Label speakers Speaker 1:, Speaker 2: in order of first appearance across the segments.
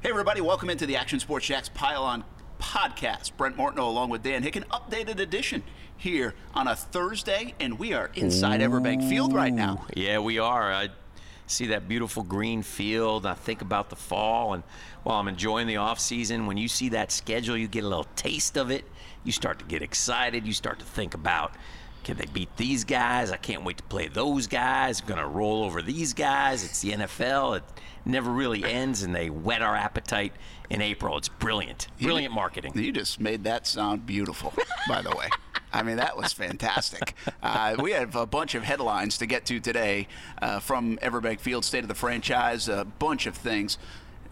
Speaker 1: Hey, everybody, welcome into the Action Sports Shacks Pile On podcast. Brent Morton along with Dan Hicken, updated edition here on a Thursday, and we are inside Everbank Field right now.
Speaker 2: Yeah, we are. I see that beautiful green field. I think about the fall, and while I'm enjoying the off season, when you see that schedule, you get a little taste of it. You start to get excited. You start to think about. Can they beat these guys? I can't wait to play those guys. I'm going to roll over these guys. It's the NFL. It never really ends, and they whet our appetite in April. It's brilliant. Brilliant marketing.
Speaker 1: You just made that sound beautiful, by the way. I mean, that was fantastic. Uh, we have a bunch of headlines to get to today uh, from Everbank Field, state of the franchise, a bunch of things.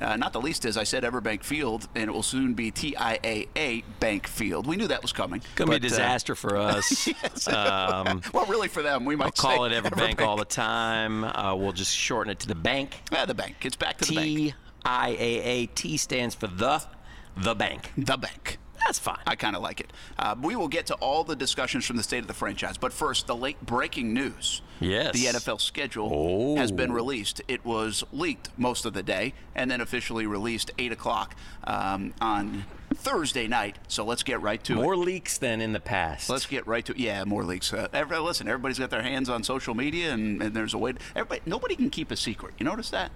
Speaker 1: Uh, not the least, as I said, Everbank Field, and it will soon be TIAA Bank Field. We knew that was coming.
Speaker 2: Gonna be a
Speaker 1: but, uh,
Speaker 2: disaster for us. um,
Speaker 1: well, really for them, we might
Speaker 2: I'll call it
Speaker 1: say
Speaker 2: Everbank, all the time. Uh, we'll just shorten it to the bank.
Speaker 1: Yeah, "Eh, the bank. It's back to the bank.
Speaker 2: T I A A T stands for the the bank.
Speaker 1: The bank.
Speaker 2: That's fine.
Speaker 1: I kind of like it. Uh, we will get to all the discussions from the state of the franchise, but first, the late breaking news.
Speaker 2: Yes.
Speaker 1: The NFL schedule
Speaker 2: Oh.
Speaker 1: has been released. It was leaked most of the day and then officially released 8 o'clock um, on Thursday night. So let's get right to it.
Speaker 2: More leaks than in the past.
Speaker 1: Let's get right to yeah, more leaks. Uh, every, listen, everybody's got their hands on social media, and, and there's a way. Everybody, nobody can keep a secret. You notice that?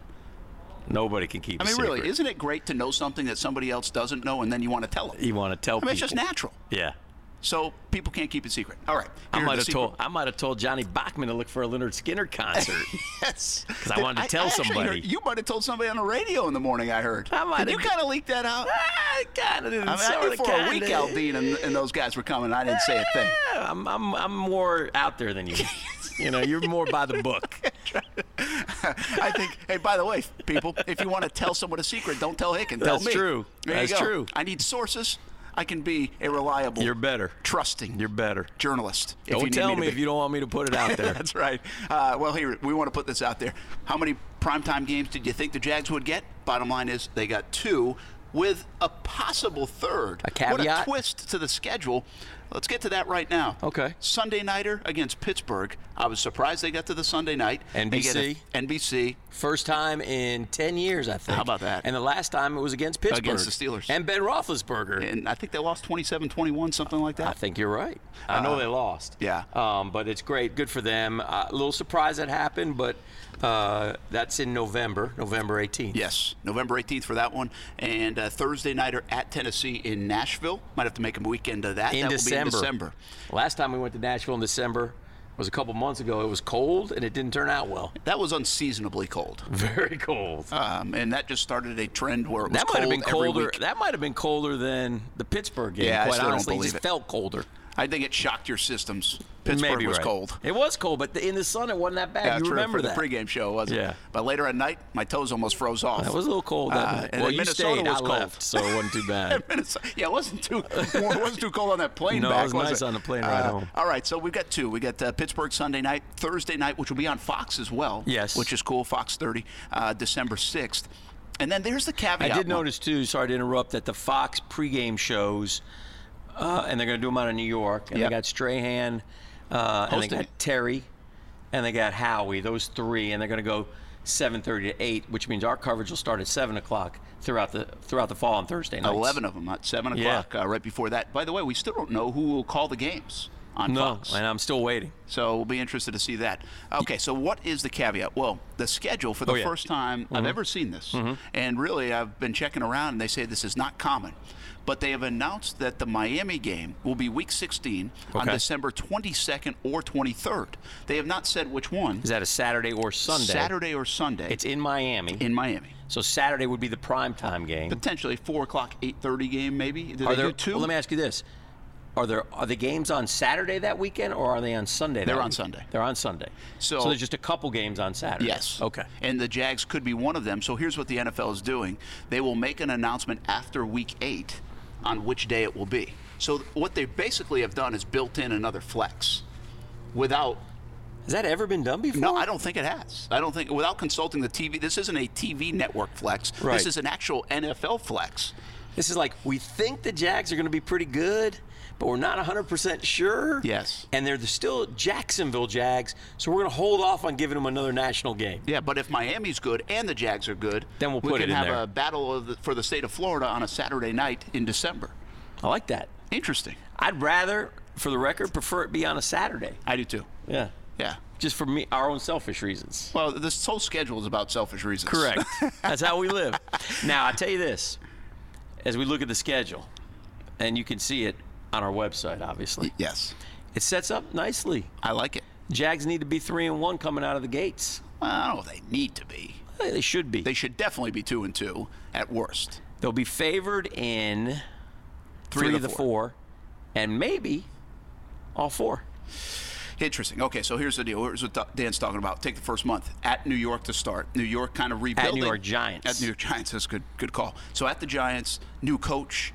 Speaker 2: Nobody can keep.
Speaker 1: I
Speaker 2: a
Speaker 1: mean, really,
Speaker 2: secret.
Speaker 1: isn't it great to know something that somebody else doesn't know, and then you want to tell them?
Speaker 2: you want to
Speaker 1: I
Speaker 2: tell
Speaker 1: mean,
Speaker 2: people?
Speaker 1: it's just natural.
Speaker 2: yeah.
Speaker 1: So people can't keep it secret. All right.
Speaker 2: I
Speaker 1: here are
Speaker 2: might
Speaker 1: the
Speaker 2: have
Speaker 1: secret-
Speaker 2: told I might have told Johnny Bachman to look for a Leonard Skinner concert.
Speaker 1: Yes.
Speaker 2: 'Cause I wanted to tell
Speaker 1: actually
Speaker 2: somebody.
Speaker 1: heard- you might have told somebody on the radio in the morning. I heard.
Speaker 2: I might
Speaker 1: Did
Speaker 2: have- Ah,
Speaker 1: you kind of leak that out?
Speaker 2: I kind of didn't.
Speaker 1: I mean, I knew for a week Aldine and, and those guys were coming. I didn't say a thing.
Speaker 2: I'm, I'm, I'm more out there than you. you know, you're more by the book.
Speaker 1: I think. Hey, by the way, people, if you want to tell someone a secret, don't tell Hicken. Tell
Speaker 2: That's
Speaker 1: me.
Speaker 2: true.
Speaker 1: There you
Speaker 2: That's
Speaker 1: go.
Speaker 2: true.
Speaker 1: I need sources. I can be a reliable,
Speaker 2: You're better.
Speaker 1: trusting,
Speaker 2: You're better.
Speaker 1: journalist. if you
Speaker 2: Don't
Speaker 1: need
Speaker 2: tell
Speaker 1: to
Speaker 2: me
Speaker 1: be.
Speaker 2: if you don't want me to put it out there.
Speaker 1: That's right. Uh, well, here we want to put this out there. How many primetime games did you think the Jags would get? Bottom line is they got two, with a possible third. A What a
Speaker 2: caveat?
Speaker 1: twist to the schedule. Let's get to that right now.
Speaker 2: Okay.
Speaker 1: Sunday nighter against Pittsburgh. I was surprised they got to the Sunday night. They get a-
Speaker 2: NBC.
Speaker 1: NBC.
Speaker 2: First time in 10 years, I think.
Speaker 1: How about that?
Speaker 2: And the last time it was against Pittsburgh.
Speaker 1: Against the Steelers.
Speaker 2: And Ben Roethlisberger.
Speaker 1: And I think they lost 27-21, something like
Speaker 2: I
Speaker 1: that.
Speaker 2: think you're right. I know they lost.
Speaker 1: Uh-huh. yeah.
Speaker 2: Um, but it's great. Good for them. Uh, a little surprise that happened, but uh, that's in November, November 18th.
Speaker 1: Yes, November 18th for that one. And uh, Thursday nighter at Tennessee in Nashville. Might have to make a weekend of that.
Speaker 2: In
Speaker 1: that
Speaker 2: December.
Speaker 1: will be in December.
Speaker 2: Last time we went to Nashville in December was a couple months ago. It was cold and it didn't turn out well.
Speaker 1: That was unseasonably cold.
Speaker 2: Very cold.
Speaker 1: Um, and that just started a trend where it was
Speaker 2: that might have been
Speaker 1: cold every
Speaker 2: colder.
Speaker 1: week.
Speaker 2: That might have been colder than the Pittsburgh game.
Speaker 1: Yeah, I
Speaker 2: quite
Speaker 1: still don't
Speaker 2: honestly,
Speaker 1: believe
Speaker 2: just
Speaker 1: it.
Speaker 2: felt colder.
Speaker 1: I think it shocked your systems. Pittsburgh
Speaker 2: Maybe
Speaker 1: was
Speaker 2: right.
Speaker 1: cold.
Speaker 2: It was cold, but the, in the sun, it wasn't that bad.
Speaker 1: Yeah,
Speaker 2: you
Speaker 1: true,
Speaker 2: remember
Speaker 1: for
Speaker 2: that?
Speaker 1: the pregame show, wasn't
Speaker 2: Yeah.
Speaker 1: it? But later at night, my toes almost froze off.
Speaker 2: It was a little cold. That
Speaker 1: Uh,
Speaker 2: night.
Speaker 1: and
Speaker 2: well,
Speaker 1: then
Speaker 2: you
Speaker 1: Minnesota
Speaker 2: stayed.
Speaker 1: was
Speaker 2: I
Speaker 1: cold.
Speaker 2: left, so it wasn't too bad.
Speaker 1: Minnesota. Yeah, it wasn't too well, it wasn't too cold on that plane
Speaker 2: No, it
Speaker 1: back.
Speaker 2: was nice on the plane
Speaker 1: Uh,
Speaker 2: ride home.
Speaker 1: All right, so we've got two. We got uh, Pittsburgh Sunday night, Thursday night, which will be on Fox as well.
Speaker 2: Yes.
Speaker 1: which is cool. Fox 30, uh, December 6th, and then there's the
Speaker 2: I
Speaker 1: caveat.
Speaker 2: did
Speaker 1: one.
Speaker 2: notice too. Sorry to interrupt. That the Fox pregame shows, uh, and they're going to do them out of New York, and
Speaker 1: Yep.
Speaker 2: they got Strahan, uh, and they
Speaker 1: Hosting
Speaker 2: got
Speaker 1: it.
Speaker 2: Terry, and they got Howie. Those three, and they're going to go 7:30 to 8, which means our coverage will start at 7 o'clock throughout the throughout the fall on Thursday nights.
Speaker 1: 11 of them at 7
Speaker 2: Yeah.
Speaker 1: o'clock, uh, right before that. By the way, we still don't know who will call the games on
Speaker 2: No,
Speaker 1: Fox.
Speaker 2: and I'm still waiting.
Speaker 1: So we'll be interested to see that. Okay, so what is the caveat? Well, the schedule for the
Speaker 2: Oh, yeah. Mm-hmm.
Speaker 1: first time I've ever seen this, and really I've been checking around, and they say this is not common. But they have announced that the Miami game will be Week 16 on
Speaker 2: Okay.
Speaker 1: December 22nd or 23rd. They have not said which one,
Speaker 2: Is that a Saturday or Sunday?
Speaker 1: Saturday or Sunday.
Speaker 2: It's in Miami,
Speaker 1: in Miami,
Speaker 2: so Saturday would be the prime time game.
Speaker 1: potentially 4 o'clock, 8:30 game maybe. Did they
Speaker 2: there
Speaker 1: do two?
Speaker 2: Well, let me ask you this: Are there are the games on Saturday that weekend, or are they on Sunday?
Speaker 1: They're
Speaker 2: that
Speaker 1: on
Speaker 2: week?
Speaker 1: Sunday.
Speaker 2: They're on Sunday.
Speaker 1: So-
Speaker 2: there's just a couple games on Saturday.
Speaker 1: Yes.
Speaker 2: Okay.
Speaker 1: And the Jags could be one of them. So here's what the NFL is doing they will make an announcement after week eight on which day it will be. So what they basically have done is built in another flex without.
Speaker 2: Has that ever been done before?
Speaker 1: No, I don't think it has. I don't think without consulting the TV. This isn't a TV network flex.
Speaker 2: Right.
Speaker 1: This is an actual NFL flex.
Speaker 2: This is like we think the Jags are going to be pretty good, but we're not 100% sure.
Speaker 1: Yes.
Speaker 2: And they're the- still Jacksonville Jags, so we're going to hold off on giving them another national game.
Speaker 1: Yeah, but if Miami's good and the Jags are good,
Speaker 2: Then we'll
Speaker 1: we
Speaker 2: put
Speaker 1: can
Speaker 2: it in
Speaker 1: have
Speaker 2: there.
Speaker 1: a battle of the, for the state of Florida on a Saturday night in December.
Speaker 2: I like that.
Speaker 1: Interesting.
Speaker 2: I'd rather, for the record, prefer it be on a Saturday.
Speaker 1: I do too.
Speaker 2: Yeah.
Speaker 1: Yeah.
Speaker 2: Just for me, our own selfish reasons.
Speaker 1: Well, this whole schedule is about selfish reasons.
Speaker 2: Correct. That's how we live. Now, I tell you this as we look at the schedule, and you can see it on our website, obviously,
Speaker 1: yes.
Speaker 2: it sets up nicely.
Speaker 1: I like it.
Speaker 2: Jags need to be 3 and 1 coming out of the gates.
Speaker 1: Well, I don't know if they need to be.
Speaker 2: Eh, They should be.
Speaker 1: They should definitely be two and two at worst.
Speaker 2: They'll be favored in three, of the four. and maybe all four.
Speaker 1: Interesting. Okay, so here's the deal. Here's what Da- Dan's talking about. Take the first month at New York to start. New York kind of rebuilding.
Speaker 2: York Giants.
Speaker 1: At New York Giants. That's a good. Good call. So at the Giants, new coach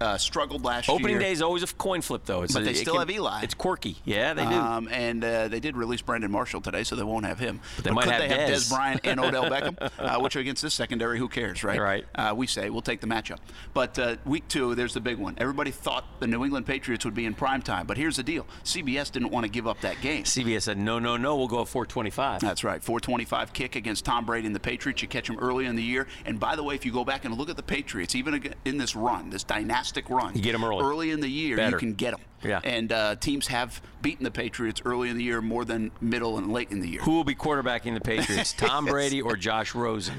Speaker 1: uh, struggled last year.
Speaker 2: Opening day is always a coin flip, though. It's,
Speaker 1: But they
Speaker 2: it
Speaker 1: still have Eli.
Speaker 2: It's quirky. Yeah, they do.
Speaker 1: Um, and uh, they did release Brandon Marshall today, so they won't have him. But
Speaker 2: they might
Speaker 1: could they
Speaker 2: have
Speaker 1: have
Speaker 2: Dez.
Speaker 1: Des Bryant and Odell Beckham, uh, which are against this secondary. Who cares, right?
Speaker 2: Right.
Speaker 1: Uh, we say we'll take the matchup. But uh, week two, there's the big one. Everybody thought the New England Patriots would be in prime time, but here's the deal: CBS didn't want to give up that game.
Speaker 2: CBS said, no, no, no, we'll go at 425.
Speaker 1: That's right. 425 kick against Tom Brady and the Patriots. You catch him early in the year. And by the way, if you go back and look at the Patriots, even ag- in this run, this dynastic run,
Speaker 2: You get 'em early.
Speaker 1: in the year,
Speaker 2: Better.
Speaker 1: you can get them.
Speaker 2: Yeah.
Speaker 1: And uh, teams have beaten the Patriots early in the year more than middle and late in the year.
Speaker 2: Who will be quarterbacking the Patriots? Tom Brady or Josh Rosen?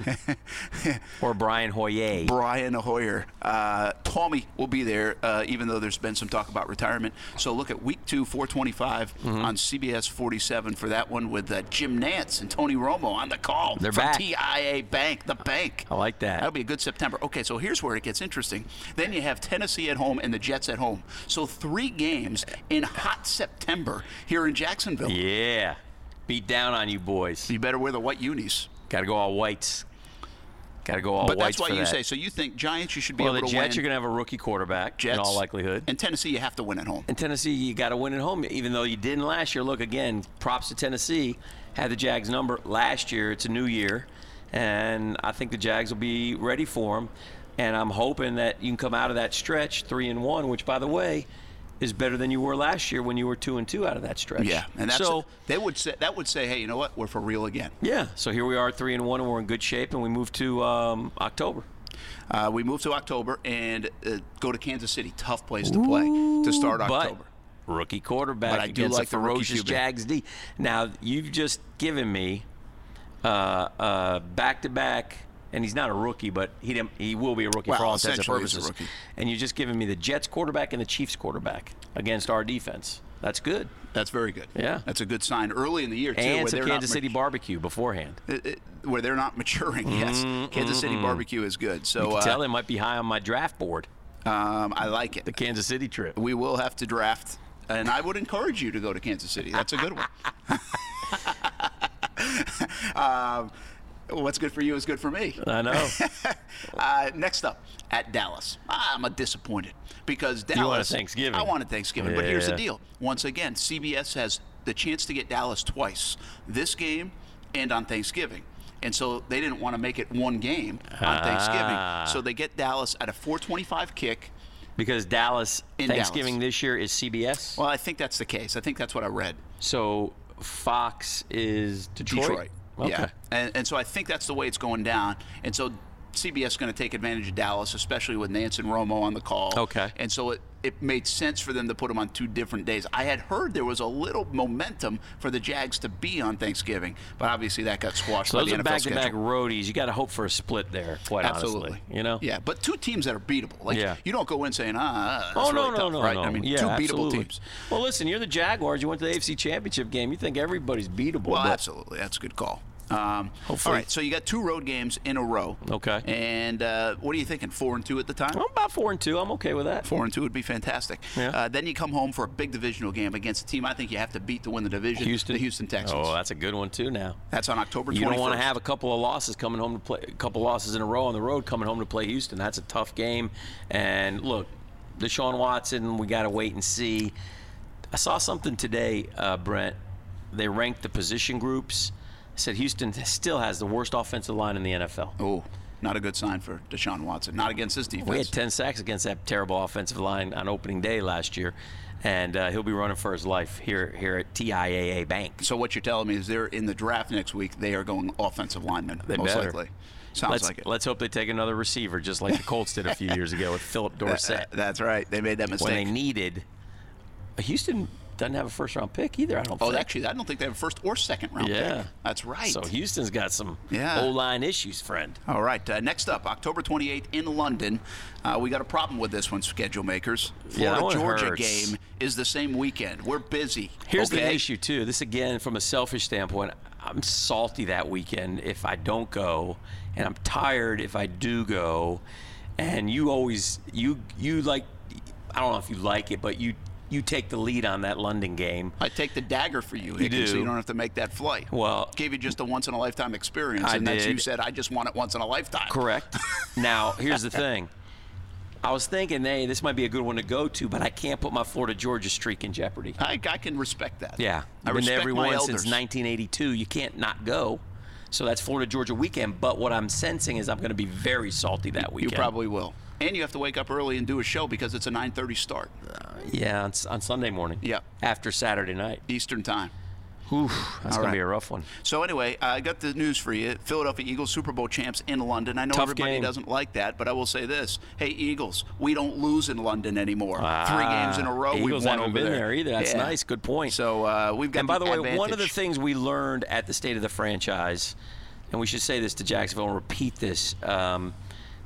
Speaker 2: or Brian Hoyer?
Speaker 1: Brian Hoyer. Uh, Tommy will be there, uh, even though there's been some talk about retirement. So look at week two, 425
Speaker 2: Mm-hmm.
Speaker 1: on CBS 47 for that one with uh, Jim Nance and Tony Romo on the call
Speaker 2: They're
Speaker 1: from
Speaker 2: back.
Speaker 1: TIA Bank, the bank.
Speaker 2: I like that.
Speaker 1: That'll be a good September. Okay, so here's where it gets interesting. Then you have Tennessee at home and the Jets at home. So three games in hot September here in Jacksonville.
Speaker 2: yeah. Beat down on you boys.
Speaker 1: You better wear the white unis.
Speaker 2: Got to go all whites. Got to go all
Speaker 1: But
Speaker 2: whites.
Speaker 1: that's why
Speaker 2: for
Speaker 1: you
Speaker 2: that.
Speaker 1: say. So you think Giants, you should be
Speaker 2: Well, the
Speaker 1: able to
Speaker 2: Jets
Speaker 1: win.
Speaker 2: are going to have a rookie quarterback in all likelihood.
Speaker 1: And Tennessee, you have to win at home.
Speaker 2: And Tennessee, you got to win at home, even though you didn't last year. Look, again, props to Tennessee. Had the Jags number last year. It's a new year. And I think the Jags will be ready for them. And I'm hoping that you can come out of that stretch three and one, which, by the way, is better than you were last year when you were two and two out of that stretch.
Speaker 1: Yeah, and that's
Speaker 2: so.
Speaker 1: they would say that would say, hey, you know what? We're for real again.
Speaker 2: yeah, so here we are, three and one, and we're in good shape, and we move to um, October.
Speaker 1: Uh, we move to October and uh, go to Kansas City. Tough place to play to start October.
Speaker 2: But rookie quarterback
Speaker 1: But I do
Speaker 2: against
Speaker 1: like
Speaker 2: a
Speaker 1: the rookie
Speaker 2: ferocious
Speaker 1: QB.
Speaker 2: Jags D. Now you've just given me uh, uh, back-to-back, and he's not a rookie, but he didn't, he will be a rookie for
Speaker 1: Well,
Speaker 2: all intents and
Speaker 1: essentially he's a
Speaker 2: purposes.
Speaker 1: rookie.
Speaker 2: And you've just given me the Jets quarterback and the Chiefs quarterback against our defense. That's good.
Speaker 1: That's very good.
Speaker 2: Yeah.
Speaker 1: that's a good sign early in the year too, where
Speaker 2: And some
Speaker 1: they're not
Speaker 2: Kansas City
Speaker 1: mat-
Speaker 2: barbecue beforehand.
Speaker 1: uh, uh, where they're not maturing. Yes, Kansas City barbecue is good. So uh,
Speaker 2: Tell him might be high on my draft board.
Speaker 1: um, I like it.
Speaker 2: The Kansas City trip.
Speaker 1: We will have to draft, and I would encourage you to go to Kansas City. That's a good one. um, what's good for you is good for me.
Speaker 2: I know.
Speaker 1: Uh, next up, at Dallas. I'm a disappointed because Dallas.
Speaker 2: wanted Thanksgiving.
Speaker 1: I wanted Thanksgiving, but here's the
Speaker 2: Yeah.
Speaker 1: deal. Once again, CBS has the chance to get Dallas twice this game and on Thanksgiving. And so they didn't want to make it one game on
Speaker 2: Ah.
Speaker 1: Thanksgiving. So they get Dallas at a 425 kick.
Speaker 2: Because Dallas
Speaker 1: In Dallas.
Speaker 2: Thanksgiving this year is CBS.
Speaker 1: Well, I think that's the case. I think that's what I read.
Speaker 2: So Fox is Detroit.
Speaker 1: Detroit.
Speaker 2: Okay.
Speaker 1: Yeah. And, and so I think that's the way it's going down. And so CBS is going to take advantage of Dallas, especially with Nance and Romo on the call.
Speaker 2: Okay.
Speaker 1: And so it, it made sense for them to put them on two different days. I had heard there was a little momentum for the Jags to be on Thanksgiving, but obviously that got squashed
Speaker 2: So
Speaker 1: by
Speaker 2: those
Speaker 1: the
Speaker 2: are
Speaker 1: NFL
Speaker 2: back to
Speaker 1: schedule.
Speaker 2: back roadies. You got to hope for a split there, quite
Speaker 1: Absolutely.
Speaker 2: honestly. You know?
Speaker 1: Yeah, but two teams that are beatable. Like
Speaker 2: Yeah.
Speaker 1: you don't go in saying, ah, ah, that's
Speaker 2: Oh, no,
Speaker 1: really
Speaker 2: no,
Speaker 1: tough,
Speaker 2: no,
Speaker 1: right?
Speaker 2: no.
Speaker 1: I mean,
Speaker 2: yeah,
Speaker 1: two beatable
Speaker 2: absolutely.
Speaker 1: teams.
Speaker 2: Well, listen, you're the Jaguars. You went to the AFC Championship game. You think everybody's beatable.
Speaker 1: Well,
Speaker 2: but
Speaker 1: absolutely. That's a good call. Um,
Speaker 2: Hopefully.
Speaker 1: All right, so you got two road games in a row.
Speaker 2: Okay.
Speaker 1: And uh, what are you thinking? Four and two at the time?
Speaker 2: I'm about four and two. I'm okay with that.
Speaker 1: Four and two would be fantastic.
Speaker 2: Yeah.
Speaker 1: Uh, then you come home for a big divisional game against a team I think you have to beat to win the division.
Speaker 2: Houston.
Speaker 1: The Houston Texans.
Speaker 2: Oh, that's a good one too. Now
Speaker 1: That's on October 21st.
Speaker 2: you don't want to have a couple of losses coming home to play. A couple losses in a row on the road coming home to play Houston. That's a tough game. And look, Deshaun Watson, we got to wait and see. I saw something today, uh, Brent. They ranked the position groups. Said Houston still has the worst offensive line in the NFL.
Speaker 1: Oh, Not a good sign for Deshaun Watson. Not against this defense.
Speaker 2: We had 10 sacks against that terrible offensive line on opening day last year, and uh, he'll be running for his life here here at TIAA Bank.
Speaker 1: So what you're telling me is they're in the draft next week. They are going offensive lineman
Speaker 2: They
Speaker 1: most
Speaker 2: better.
Speaker 1: likely. Sounds
Speaker 2: let's,
Speaker 1: like it.
Speaker 2: let's hope they take another receiver, just like the Colts did a few years ago with Philip Dorsett.
Speaker 1: That- Uh, that's right. They made that
Speaker 2: when they
Speaker 1: mistake.
Speaker 2: needed. uh, Houston doesn't have a first round pick either. I don't
Speaker 1: Oh,
Speaker 2: think.
Speaker 1: actually, I don't think they have a first or second round
Speaker 2: Yeah.
Speaker 1: pick. That's right.
Speaker 2: So Houston's got some
Speaker 1: Yeah.
Speaker 2: O line issues, friend.
Speaker 1: All right. Uh, next up, October 28th in London. Uh, we got a problem with this one, schedule makers. Florida
Speaker 2: Yeah, that one
Speaker 1: Georgia
Speaker 2: hurts.
Speaker 1: game is the same weekend. We're busy.
Speaker 2: Here's the
Speaker 1: okay?
Speaker 2: issue too. This again, from a selfish standpoint, I'm salty that weekend if I don't go, and I'm tired if I do go. And you always you you like, I don't know if you like it, but you you take the lead on that London game.
Speaker 1: I take the dagger for you, Hickey, so
Speaker 2: do.
Speaker 1: you don't have to make that flight.
Speaker 2: Well-
Speaker 1: gave you just a once in a lifetime experience,
Speaker 2: I
Speaker 1: and that's you
Speaker 2: did.
Speaker 1: said I just want it once in a lifetime.
Speaker 2: Correct. now, here's the thing. I was thinking, hey, this might be a good one to go to, but I can't put my Florida Georgia streak in jeopardy.
Speaker 1: I, I can respect that.
Speaker 2: Yeah,
Speaker 1: I
Speaker 2: I've been to
Speaker 1: respect
Speaker 2: every
Speaker 1: my
Speaker 2: one
Speaker 1: elders.
Speaker 2: since 1982. You can't not go. So that's Florida Georgia weekend. But what I'm sensing is I'm going to be very salty that
Speaker 1: You
Speaker 2: weekend.
Speaker 1: probably will. And you have to wake up early and do a show because it's a 9:30 start
Speaker 2: yeah on, s- on Sunday morning.
Speaker 1: Yeah.
Speaker 2: after Saturday night.
Speaker 1: Eastern time.
Speaker 2: Oof, that's
Speaker 1: All
Speaker 2: going
Speaker 1: right.
Speaker 2: to be a rough one.
Speaker 1: So anyway, I got the news for you. Philadelphia Eagles Super Bowl champs in London. I know
Speaker 2: Tough
Speaker 1: everybody
Speaker 2: game.
Speaker 1: doesn't like that, but I will say this: Hey, Eagles, we don't lose in London anymore. Three
Speaker 2: Ah,
Speaker 1: games in a row. we've
Speaker 2: Eagles
Speaker 1: won
Speaker 2: haven't
Speaker 1: over
Speaker 2: been
Speaker 1: there.
Speaker 2: there either. That's
Speaker 1: Yeah.
Speaker 2: nice. Good point.
Speaker 1: So uh, we've got.
Speaker 2: And by the way, one of the
Speaker 1: advantage.
Speaker 2: things we learned at the State of the Franchise, and we should say this to Jacksonville and repeat this, um,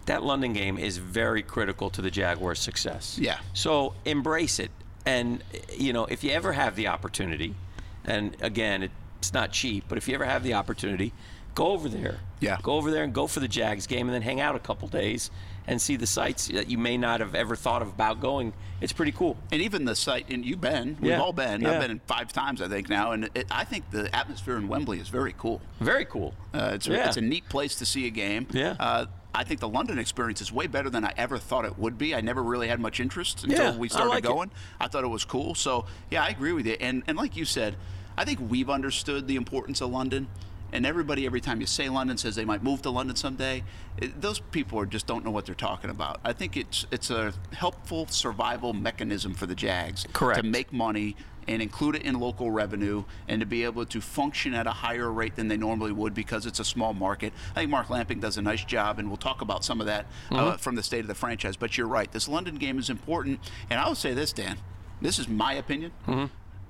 Speaker 2: that London game is very critical to the Jaguars' success.
Speaker 1: Yeah.
Speaker 2: So embrace it, and you know if you ever have the opportunity, and again, it's not cheap, but if you ever have the opportunity, go over there.
Speaker 1: Yeah.
Speaker 2: Go over there and go for the Jags game, and then hang out a couple days and see the sights that you may not have ever thought about going. It's pretty cool.
Speaker 1: And even the site, and you've been, we've
Speaker 2: Yeah,
Speaker 1: all been.
Speaker 2: yeah.
Speaker 1: I've been in five times, I think now, and it, I think the atmosphere in Wembley is very cool.
Speaker 2: Very cool.
Speaker 1: Uh, it's, a,
Speaker 2: Yeah.
Speaker 1: it's a neat place to see a game.
Speaker 2: Yeah.
Speaker 1: Uh, I think the London experience is way better than I ever thought it would be. I never really had much interest until
Speaker 2: Yeah,
Speaker 1: we
Speaker 2: I
Speaker 1: started
Speaker 2: like it.
Speaker 1: going. I thought it was cool. So yeah, I agree with you. And and like you said, I think we've understood the importance of London. And everybody, every time you say London, says they might move to London someday. It- those people are, just don't know what they're talking about. I think it's it's a helpful survival mechanism for the Jags
Speaker 2: Correct.
Speaker 1: to make money and include it in local revenue and to be able to function at a higher rate than they normally would because it's a small market. I think Mark Lamping does a nice job, and we'll talk about some of that
Speaker 2: Mm-hmm.
Speaker 1: uh, from the state of the franchise. But you're right, this London game is important. And I will say this, Dan, this is my opinion.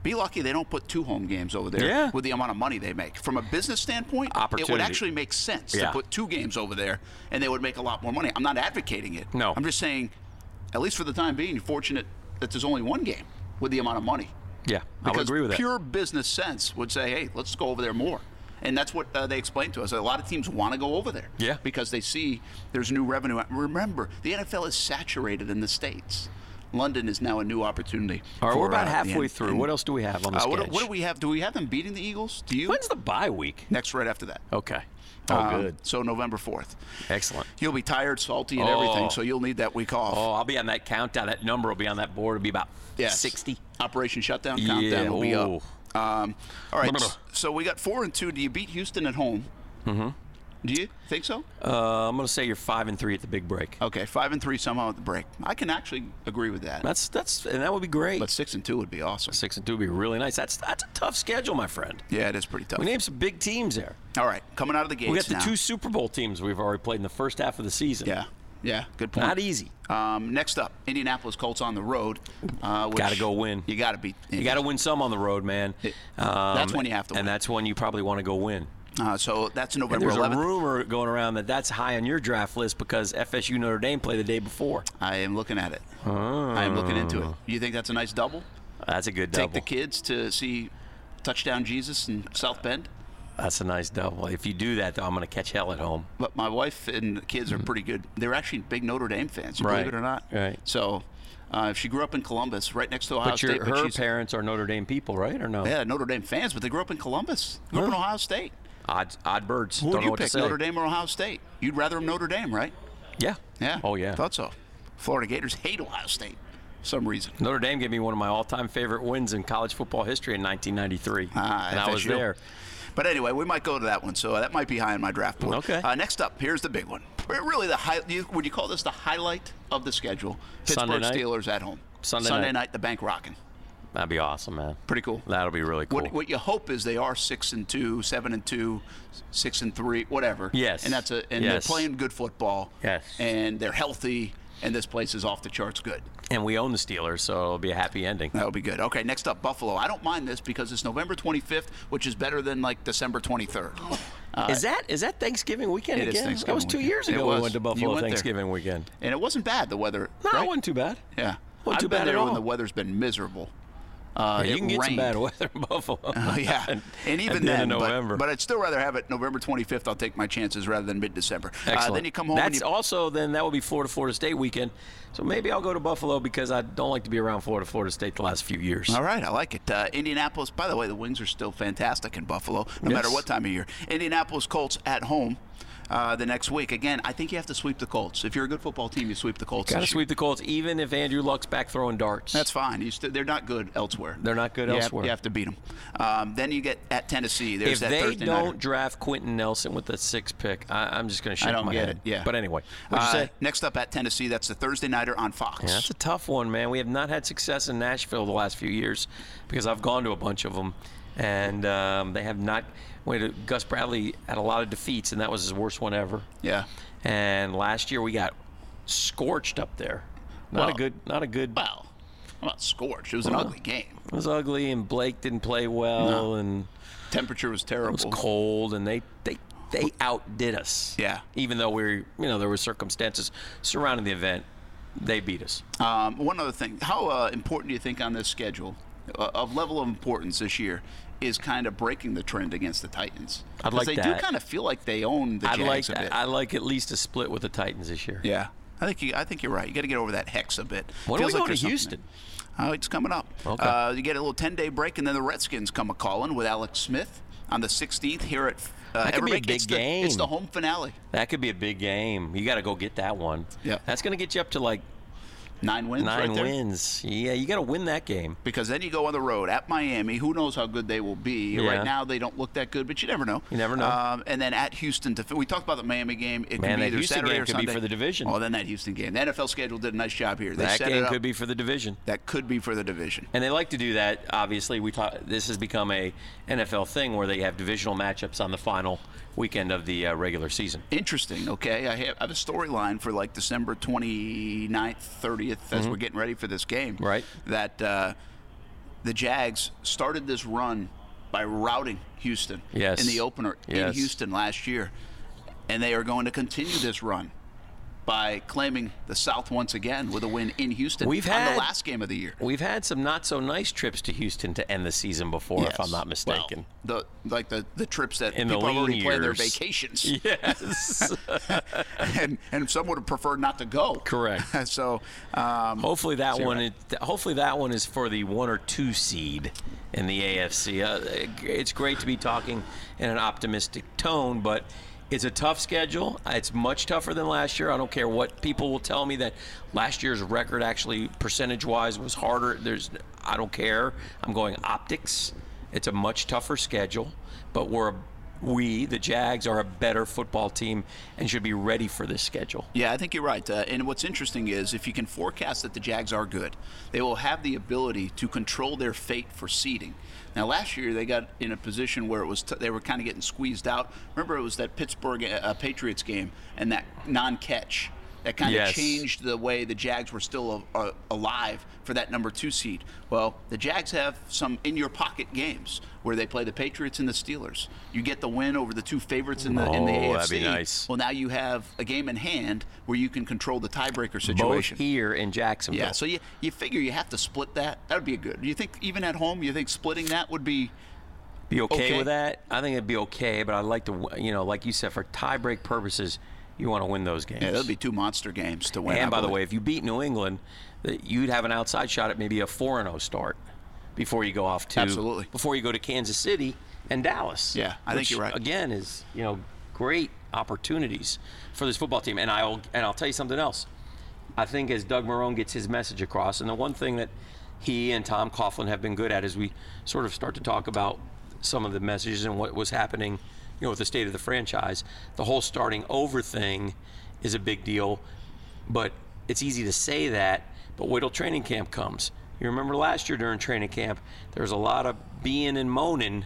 Speaker 1: Be lucky they don't put two home games over there
Speaker 2: Mm-hmm. Yeah.
Speaker 1: with the amount of money they make. From a business standpoint, it would
Speaker 2: Opportunity.
Speaker 1: actually make sense to
Speaker 2: Yeah.
Speaker 1: put two games over there and they would make a lot more money. I'm not advocating it.
Speaker 2: No.
Speaker 1: I'm just saying, at least for the time being, you're fortunate that there's only one game with the amount of money.
Speaker 2: Yeah, I would
Speaker 1: Because
Speaker 2: agree with that.
Speaker 1: pure business sense would say, hey, let's go over there more. And that's what uh, they explained to us. A lot of teams want to go over there
Speaker 2: Yeah.
Speaker 1: because they see there's new revenue. Remember, the NFL is saturated in the States. London is now a new opportunity.
Speaker 2: All right, we're
Speaker 1: for,
Speaker 2: about
Speaker 1: uh, the
Speaker 2: halfway
Speaker 1: N-
Speaker 2: through.
Speaker 1: N-
Speaker 2: what else do we have on the
Speaker 1: uh,
Speaker 2: schedule?
Speaker 1: what, what do we have? Do we have them beating the Eagles? Do you?
Speaker 2: When's the bye week?
Speaker 1: Next, right after that.
Speaker 2: Okay. Oh,
Speaker 1: Um,
Speaker 2: good.
Speaker 1: So November 4th.
Speaker 2: Excellent.
Speaker 1: You'll be tired, salty, and
Speaker 2: Oh.
Speaker 1: everything, so you'll need that week off.
Speaker 2: Oh, I'll be on that countdown. That number will be on that board. It'll be about
Speaker 1: Yes.
Speaker 2: 60.
Speaker 1: Operation Shutdown
Speaker 2: Yeah,
Speaker 1: countdown will be
Speaker 2: ooh.
Speaker 1: up. Um, all right.
Speaker 2: Blah,
Speaker 1: s- So we got four and two. Do you beat Houston at home? Mm-hmm. Do you think so?
Speaker 2: Uh, I'm going to say you're 5 and 3 at the big break.
Speaker 1: Okay, five and three somehow at the break. I can actually agree with that.
Speaker 2: That's that's and that would be great.
Speaker 1: But six and two would be awesome.
Speaker 2: 6 and 2 would be really nice. That's that's a tough schedule, my friend.
Speaker 1: Yeah, it is pretty tough.
Speaker 2: We named some big teams there.
Speaker 1: All right, coming out of the gates
Speaker 2: We got the
Speaker 1: now.
Speaker 2: two Super Bowl teams we've already played in the first half of the season.
Speaker 1: yeah, yeah, good point.
Speaker 2: Not easy.
Speaker 1: Um, next up, Indianapolis Colts on the road. Uh, which
Speaker 2: Gotta go win.
Speaker 1: You got to beat.
Speaker 2: You got to win some on the road, man. Um,
Speaker 1: that's when you have to win.
Speaker 2: And that's when you probably want to go win.
Speaker 1: Uh, so that's
Speaker 2: And
Speaker 1: November
Speaker 2: there's
Speaker 1: 11th.
Speaker 2: a rumor going around that that's high on your draft list because FSU Notre Dame played the day before.
Speaker 1: I am looking at it. I am looking into
Speaker 2: Oh.
Speaker 1: it. You think that's a nice double?
Speaker 2: That's a good
Speaker 1: Take
Speaker 2: double.
Speaker 1: the kids to see Touchdown Jesus in South Bend.
Speaker 2: That's a nice double. If you do that, though, I'm going to catch hell at home.
Speaker 1: But my wife and the kids are pretty good. They're actually big Notre Dame fans,
Speaker 2: Mm-hmm. Right,
Speaker 1: believe it or not.
Speaker 2: right.
Speaker 1: So uh, she grew up in Columbus, right next to Ohio
Speaker 2: But
Speaker 1: State.
Speaker 2: your, her
Speaker 1: she's-
Speaker 2: parents are Notre Dame people, right? Or no?
Speaker 1: yeah, Notre Dame fans, but they grew up in Columbus, grew up in Ohio State.
Speaker 2: Odd, odd birds.
Speaker 1: Who
Speaker 2: Don't
Speaker 1: would
Speaker 2: know
Speaker 1: you
Speaker 2: what to
Speaker 1: pick,
Speaker 2: say.
Speaker 1: Notre Dame or Ohio State? You'd rather them Notre Dame, right?
Speaker 2: Yeah.
Speaker 1: Yeah.
Speaker 2: Oh, yeah.
Speaker 1: Thought so. Florida Gators hate Ohio State for some reason.
Speaker 2: Notre Dame gave me one of my all-time favorite wins in college football history in 1993,
Speaker 1: Ah,
Speaker 2: and I was
Speaker 1: FSU.
Speaker 2: there.
Speaker 1: But anyway, we might go to that one, so that might be high on my draft board.
Speaker 2: Okay.
Speaker 1: Uh, next up, here's the big one. really the high. You, would you call this the highlight of the schedule?
Speaker 2: Sunday
Speaker 1: Pittsburgh
Speaker 2: night?
Speaker 1: Steelers at home.
Speaker 2: Sunday night.
Speaker 1: night. the bank rocking.
Speaker 2: That'd be awesome, man.
Speaker 1: Pretty cool.
Speaker 2: That'll be really cool.
Speaker 1: What, what you hope is they are six and two, seven and two, six and three, whatever.
Speaker 2: Yes.
Speaker 1: And that's a and
Speaker 2: Yes.
Speaker 1: they're playing good football.
Speaker 2: Yes.
Speaker 1: And they're healthy, and this place is off the charts good.
Speaker 2: and we own the Steelers, so it'll be a happy ending.
Speaker 1: That would be good. Okay, next up, Buffalo. I don't mind this because it's November 25th, which is better than like December 23rd. Uh,
Speaker 2: is that is that Thanksgiving weekend
Speaker 1: It is
Speaker 2: again? that
Speaker 1: Thanksgiving
Speaker 2: was two
Speaker 1: weekend.
Speaker 2: years
Speaker 1: It
Speaker 2: ago. We
Speaker 1: was.
Speaker 2: went to
Speaker 1: You
Speaker 2: Buffalo
Speaker 1: went there.
Speaker 2: Thanksgiving weekend.
Speaker 1: and it wasn't bad the weather.
Speaker 2: No,
Speaker 1: right?
Speaker 2: it wasn't too bad.
Speaker 1: Yeah.
Speaker 2: Wasn't too
Speaker 1: I've
Speaker 2: bad
Speaker 1: been
Speaker 2: at
Speaker 1: there when
Speaker 2: all.
Speaker 1: the weather's been miserable. Uh, it
Speaker 2: Yeah, you can get some
Speaker 1: rained.
Speaker 2: bad weather in Buffalo.
Speaker 1: Oh, yeah,
Speaker 2: At-
Speaker 1: and, even
Speaker 2: at the
Speaker 1: then,
Speaker 2: end of
Speaker 1: but-
Speaker 2: November.
Speaker 1: But, uh, I'd still rather have it November 25th. I'll take my chances rather than mid-December. Uh,
Speaker 2: Excellent.
Speaker 1: then you come home.
Speaker 2: That's
Speaker 1: and you,
Speaker 2: also then that will be Florida Florida State weekend. So maybe I'll go to Buffalo because I don't like to be around Florida Florida State the last few years.
Speaker 1: All right, I like it. Uh, Indianapolis. By the way, the wings are still fantastic in Buffalo, no
Speaker 2: Yes.
Speaker 1: matter what time of year. Indianapolis Colts at home uh, the next week. Again, I think you have to sweep the Colts. If you're a good football team, you sweep the Colts.
Speaker 2: Gotta
Speaker 1: this year.
Speaker 2: sweep the Colts, even if Andrew Luck's back throwing darts.
Speaker 1: That's fine. You st- they're not good elsewhere.
Speaker 2: They're not good
Speaker 1: You have-
Speaker 2: elsewhere.
Speaker 1: you have to beat them. Um, then you get at Tennessee. There's
Speaker 2: if
Speaker 1: that
Speaker 2: they
Speaker 1: Thursday
Speaker 2: don't
Speaker 1: nighter.
Speaker 2: draft Quentin Nelson with the sixth pick, I, I'm just going to shake
Speaker 1: I don't
Speaker 2: my
Speaker 1: get
Speaker 2: head.
Speaker 1: it. Yeah.
Speaker 2: But anyway, what'd you
Speaker 1: Uh,
Speaker 2: say?
Speaker 1: Next up at Tennessee, that's the Thursday nighter on Fox.
Speaker 2: Yeah, that's a tough one, man. We have not had success in Nashville the last few years because I've gone to a bunch of them, and um, they have not. Wait, Gus Bradley had a lot of defeats, and that was his worst one ever.
Speaker 1: Yeah.
Speaker 2: And last year we got scorched up there. Not a
Speaker 1: Well-
Speaker 2: good. Not a good.
Speaker 1: Well, I'm not scorched. It was an ugly game.
Speaker 2: It was ugly, and Blake didn't play well, and
Speaker 1: Temperature was terrible.
Speaker 2: it was cold, and they they they outdid us.
Speaker 1: Yeah.
Speaker 2: Even though we, you know, there were circumstances surrounding the event, they beat us.
Speaker 1: Um, one other thing, how uh, important do you think on this schedule, uh, of level of importance this year, is kind of breaking the trend against the Titans?
Speaker 2: I'd
Speaker 1: 'Cause
Speaker 2: like
Speaker 1: they
Speaker 2: that.
Speaker 1: do kind of feel like they own the
Speaker 2: I'd like
Speaker 1: Jags a bit.
Speaker 2: I like at least a split with the Titans this year.
Speaker 1: yeah, I think you, I think you're right. You got to get over that hex a bit.
Speaker 2: When are we
Speaker 1: Feels like
Speaker 2: going to
Speaker 1: there's something
Speaker 2: Houston?
Speaker 1: there. Uh, it's coming up.
Speaker 2: Okay.
Speaker 1: Uh, you get a little 10 day break, and then the Redskins come a calling with Alex Smith on the 16th here at uh,
Speaker 2: That could be a
Speaker 1: Everbank.
Speaker 2: big
Speaker 1: it's the, It's
Speaker 2: game.
Speaker 1: the home finale.
Speaker 2: That could be a big game. You got to go get that one.
Speaker 1: Yeah.
Speaker 2: That's going to get you up to like
Speaker 1: Nine wins
Speaker 2: nine
Speaker 1: right there.
Speaker 2: wins. Yeah, you got to win that game.
Speaker 1: because then you go on the road at Miami. Who knows how good they will be?
Speaker 2: Yeah.
Speaker 1: Right now, they don't look that good, but you never know.
Speaker 2: You never know.
Speaker 1: Um, and then at Houston, to, we talked about the Miami game. It could
Speaker 2: Man,
Speaker 1: be
Speaker 2: that
Speaker 1: either
Speaker 2: Houston
Speaker 1: Saturday
Speaker 2: game
Speaker 1: or
Speaker 2: could be
Speaker 1: Sunday.
Speaker 2: for the division.
Speaker 1: Oh, then that Houston game. The NFL schedule did a nice job here. They
Speaker 2: That
Speaker 1: set
Speaker 2: game
Speaker 1: it up.
Speaker 2: could be for the division.
Speaker 1: That could be for the division.
Speaker 2: And they like to do that. Obviously, we talk, this has become a NFL thing where they have divisional matchups on the final weekend of the uh, regular season.
Speaker 1: Interesting. Okay, I have, I have a storyline for like December 29th, 30th, as we're getting ready for this game.
Speaker 2: Mm-hmm. Right.
Speaker 1: That uh, the Jags started this run by routing Houston
Speaker 2: Yes.
Speaker 1: in the opener in
Speaker 2: Yes.
Speaker 1: Houston last year, and they are going to continue this run by claiming the South once again with a win in Houston
Speaker 2: We've
Speaker 1: on
Speaker 2: had-
Speaker 1: the last game of the year.
Speaker 2: We've had some not so nice trips to Houston to end the season before, if I'm
Speaker 1: Yes.
Speaker 2: not
Speaker 1: Well,
Speaker 2: mistaken.
Speaker 1: the like the, the trips that
Speaker 2: In the
Speaker 1: people already
Speaker 2: lean
Speaker 1: plan their
Speaker 2: years.
Speaker 1: vacations.
Speaker 2: Yes.
Speaker 1: and and some would have preferred not to go.
Speaker 2: Correct.
Speaker 1: so um,
Speaker 2: hopefully that
Speaker 1: Zero.
Speaker 2: one. Is, hopefully that one is for the one or two seed in the AFC. Uh, it's great to be talking in an optimistic tone, but. It's a tough schedule. It's much tougher than last year. I don't care what people will tell me that last year's record actually percentage-wise was harder. There's I don't care. I'm going optics. It's a much tougher schedule, but we're we the Jags are a better football team and should be ready for this schedule.
Speaker 1: yeah, I think you're right. Uh, and what's interesting is if you can forecast that the Jags are good, they will have the ability to control their fate for seeding. Now, last year they got in a position where it was t- they were kind of getting squeezed out. Remember, it was that Pittsburgh uh, uh, Patriots game and that non-catch that kind of
Speaker 2: Yes.
Speaker 1: changed the way the Jags were still a, a, alive for that number two seed. Well, the Jags have some in-your-pocket games where they play the Patriots and the Steelers. You get the win over the two favorites in the in the
Speaker 2: Oh,
Speaker 1: AFC.
Speaker 2: that'd be nice.
Speaker 1: Well, now you have a game in hand where you can control the tiebreaker
Speaker 2: Both
Speaker 1: situation.
Speaker 2: here in Jacksonville.
Speaker 1: yeah, so you, you figure you have to split that. That would be good. Do you think even at home, you think splitting that would be
Speaker 2: Be okay,
Speaker 1: Okay.
Speaker 2: with that? I think it'd be okay, but I'd like to, w- you know, like you said, for tiebreak purposes, you want to win those games.
Speaker 1: yeah, that'd be two monster games to win.
Speaker 2: and
Speaker 1: I
Speaker 2: by the
Speaker 1: believe.
Speaker 2: way, if you beat New England, that you'd have an outside shot at maybe a 4 0 start before you go off to
Speaker 1: Absolutely.
Speaker 2: before you go to Kansas City and Dallas.
Speaker 1: Yeah, I think
Speaker 2: which,
Speaker 1: you're right.
Speaker 2: Again, is you know great opportunities for this football team. And I'll and I'll tell you something else. I think as Doug Marone gets his message across, and the one thing that he and Tom Coughlin have been good at is we sort of start to talk about some of the messages and what was happening, you know, with the state of the franchise. The whole starting over thing is a big deal. But it's easy to say that, but wait till training camp comes. You remember last year during training camp, there was a lot of being and moaning.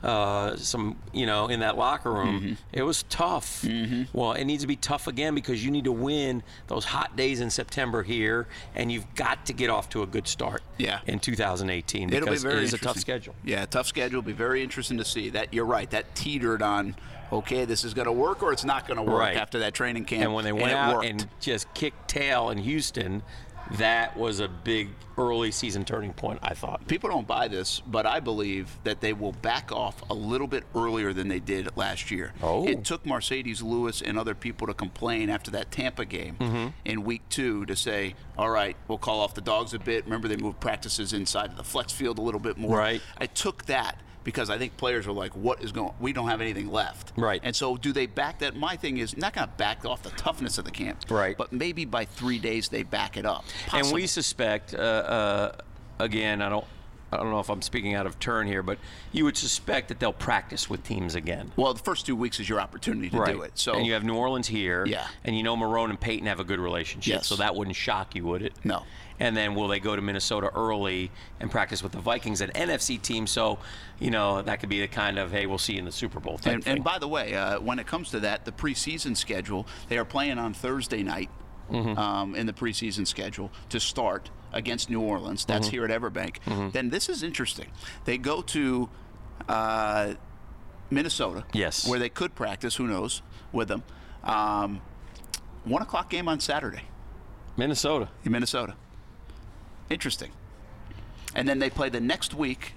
Speaker 2: Uh, some you know in that locker room
Speaker 1: Mm-hmm.
Speaker 2: it was tough well it needs to be tough again because you need to win those hot days in september here and you've got to get off to a good start
Speaker 1: Yeah.
Speaker 2: in 2018
Speaker 1: It'll be
Speaker 2: because
Speaker 1: very
Speaker 2: it is a tough
Speaker 1: interesting.
Speaker 2: schedule
Speaker 1: Yeah, tough schedule. Be very interesting to see that. You're right. That teetered on. Okay, this is going to work or it's not going to work
Speaker 2: Right.
Speaker 1: after that training camp.
Speaker 2: And when they went
Speaker 1: it
Speaker 2: out
Speaker 1: worked.
Speaker 2: and just kicked tail in Houston, that was a big early season turning point, I thought.
Speaker 1: people don't buy this, but I believe that they will back off a little bit earlier than they did last year.
Speaker 2: Oh.
Speaker 1: It took Mercedes Lewis and other people to complain after that Tampa game
Speaker 2: Mm-hmm.
Speaker 1: in week two to say, all right, we'll call off the dogs a bit. Remember, they moved practices inside to the flex field a little bit more.
Speaker 2: Right.
Speaker 1: I took that because I think players were like, what is going We don't have anything left.
Speaker 2: Right.
Speaker 1: And so, do they back that? My thing is not going to back off the toughness of the camp.
Speaker 2: Right.
Speaker 1: But maybe by three days, they back it up.
Speaker 2: And
Speaker 1: Possible.
Speaker 2: we suspect, uh, uh, again, I don't, I don't know if I'm speaking out of turn here, but you would suspect that they'll practice with teams again.
Speaker 1: Well, the first two weeks is your opportunity to
Speaker 2: right.
Speaker 1: do it. So
Speaker 2: and you have New Orleans here.
Speaker 1: Yeah.
Speaker 2: And you know Marone and Peyton have a good relationship,
Speaker 1: Yes.
Speaker 2: so that wouldn't shock you, would it?
Speaker 1: No.
Speaker 2: And then will they go to Minnesota early and practice with the Vikings, an NFC team? So, you know, that could be the kind of hey, we'll see you in the Super Bowl type
Speaker 1: And,
Speaker 2: thing.
Speaker 1: and by the way, uh, when it comes to that, the preseason schedule, they are playing on Thursday night
Speaker 2: Mm-hmm.
Speaker 1: um, in the preseason schedule to start against New Orleans. That's
Speaker 2: Mm-hmm.
Speaker 1: here at Everbank. Then this is interesting. They go to uh, Minnesota,
Speaker 2: Yes.
Speaker 1: where they could practice, who knows, with them. Um, one o'clock game on Saturday
Speaker 2: Minnesota.
Speaker 1: in Minnesota. Interesting. And then they play the next week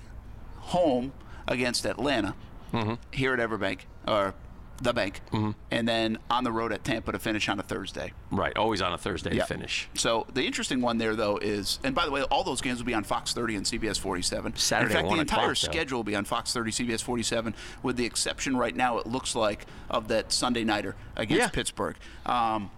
Speaker 1: home against Atlanta
Speaker 2: Mm-hmm.
Speaker 1: here at Everbank or the bank, and then on the road at Tampa to finish on a Thursday.
Speaker 2: Right, always on a Thursday
Speaker 1: Yeah.
Speaker 2: to finish.
Speaker 1: So the interesting one there, though, is and by the way, all those games will be on Fox 30 and CBS 47.
Speaker 2: Saturday
Speaker 1: In fact,
Speaker 2: at 1
Speaker 1: the entire
Speaker 2: o'clock, though.
Speaker 1: schedule will be on Fox 30, CBS 47, with the exception right now it looks like of that Sunday nighter against
Speaker 2: Yeah.
Speaker 1: Pittsburgh. Um,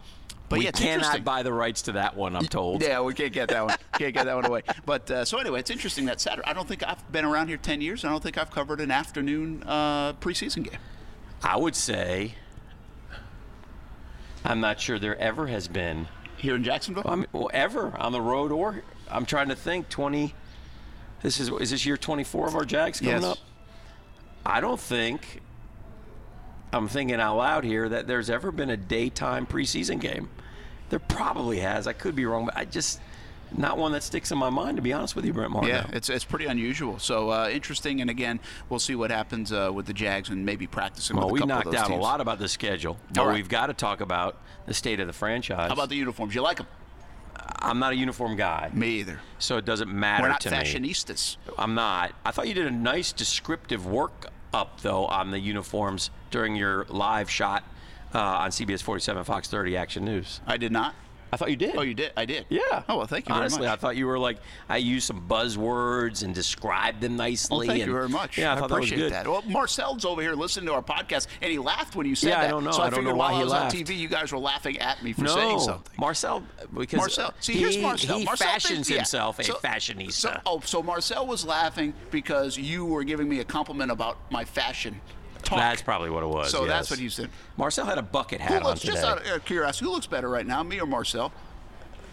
Speaker 1: but
Speaker 2: We
Speaker 1: yeah, it's
Speaker 2: cannot
Speaker 1: interesting.
Speaker 2: buy the rights to that one, I'm told.
Speaker 1: Yeah, we can't get that one. Can't get that one away. But uh, so anyway, it's interesting that Saturday. I don't think I've been around here ten years. and I don't think I've covered an afternoon uh, preseason game.
Speaker 2: I would say I'm not sure there ever has been
Speaker 1: Here in Jacksonville,
Speaker 2: I mean, well, ever on the road or I'm trying to think 20 this is is this year 24 of our Jags coming
Speaker 1: Yes.
Speaker 2: up? I don't think I'm thinking out loud here that there's ever been a daytime preseason game. There probably has. I could be wrong, but I just not one that sticks in my mind to be honest with you, Brent Martin.
Speaker 1: yeah, it's it's pretty unusual. So uh, interesting, and again, we'll see what happens uh, with the Jags and maybe practicing.
Speaker 2: Well,
Speaker 1: with a
Speaker 2: we
Speaker 1: couple of
Speaker 2: knocked
Speaker 1: those
Speaker 2: out a
Speaker 1: teams.
Speaker 2: lot about the schedule, but
Speaker 1: All right.
Speaker 2: we've got to talk about the state of the franchise.
Speaker 1: How about the uniforms? You like them?
Speaker 2: I'm not a uniform guy,
Speaker 1: Me either.
Speaker 2: so it doesn't matter
Speaker 1: We're not e-
Speaker 2: to me.
Speaker 1: fashionistas.
Speaker 2: I'm not. I thought you did a nice descriptive work up though on the uniforms during your live shot uh, on CBS 47 Fox 30 Action News.
Speaker 1: I did not.
Speaker 2: I thought you did.
Speaker 1: Oh, you did. I did.
Speaker 2: Yeah.
Speaker 1: Oh well, thank you
Speaker 2: Honestly,
Speaker 1: very
Speaker 2: I
Speaker 1: much.
Speaker 2: thought you were like I used some buzzwords and described them nicely.
Speaker 1: well, thank
Speaker 2: and-
Speaker 1: you very much.
Speaker 2: Yeah, I, thought
Speaker 1: appreciate
Speaker 2: that was good.
Speaker 1: Well, Marcel's over here listening to our podcast, and he laughed when you said
Speaker 2: Yeah, I
Speaker 1: that.
Speaker 2: don't know.
Speaker 1: So I,
Speaker 2: I don't know
Speaker 1: figured
Speaker 2: why
Speaker 1: while
Speaker 2: he
Speaker 1: I was
Speaker 2: laughed.
Speaker 1: on TV, you guys were laughing at me for
Speaker 2: No,
Speaker 1: saying something.
Speaker 2: Marcel, because
Speaker 1: Marcel. See, here's
Speaker 2: he,
Speaker 1: Marcel.
Speaker 2: he
Speaker 1: Marcel thinks-
Speaker 2: fashions
Speaker 1: yeah.
Speaker 2: himself
Speaker 1: So-
Speaker 2: a fashionista.
Speaker 1: So, oh, so Marcel was laughing because you were giving me a compliment about my fashion talk.
Speaker 2: That's probably what it was.
Speaker 1: So that's
Speaker 2: yes.
Speaker 1: what he said.
Speaker 2: Marcel had a bucket
Speaker 1: Who
Speaker 2: hat on
Speaker 1: looks,
Speaker 2: today.
Speaker 1: just out of curiosity, who looks better right now, me or Marcel?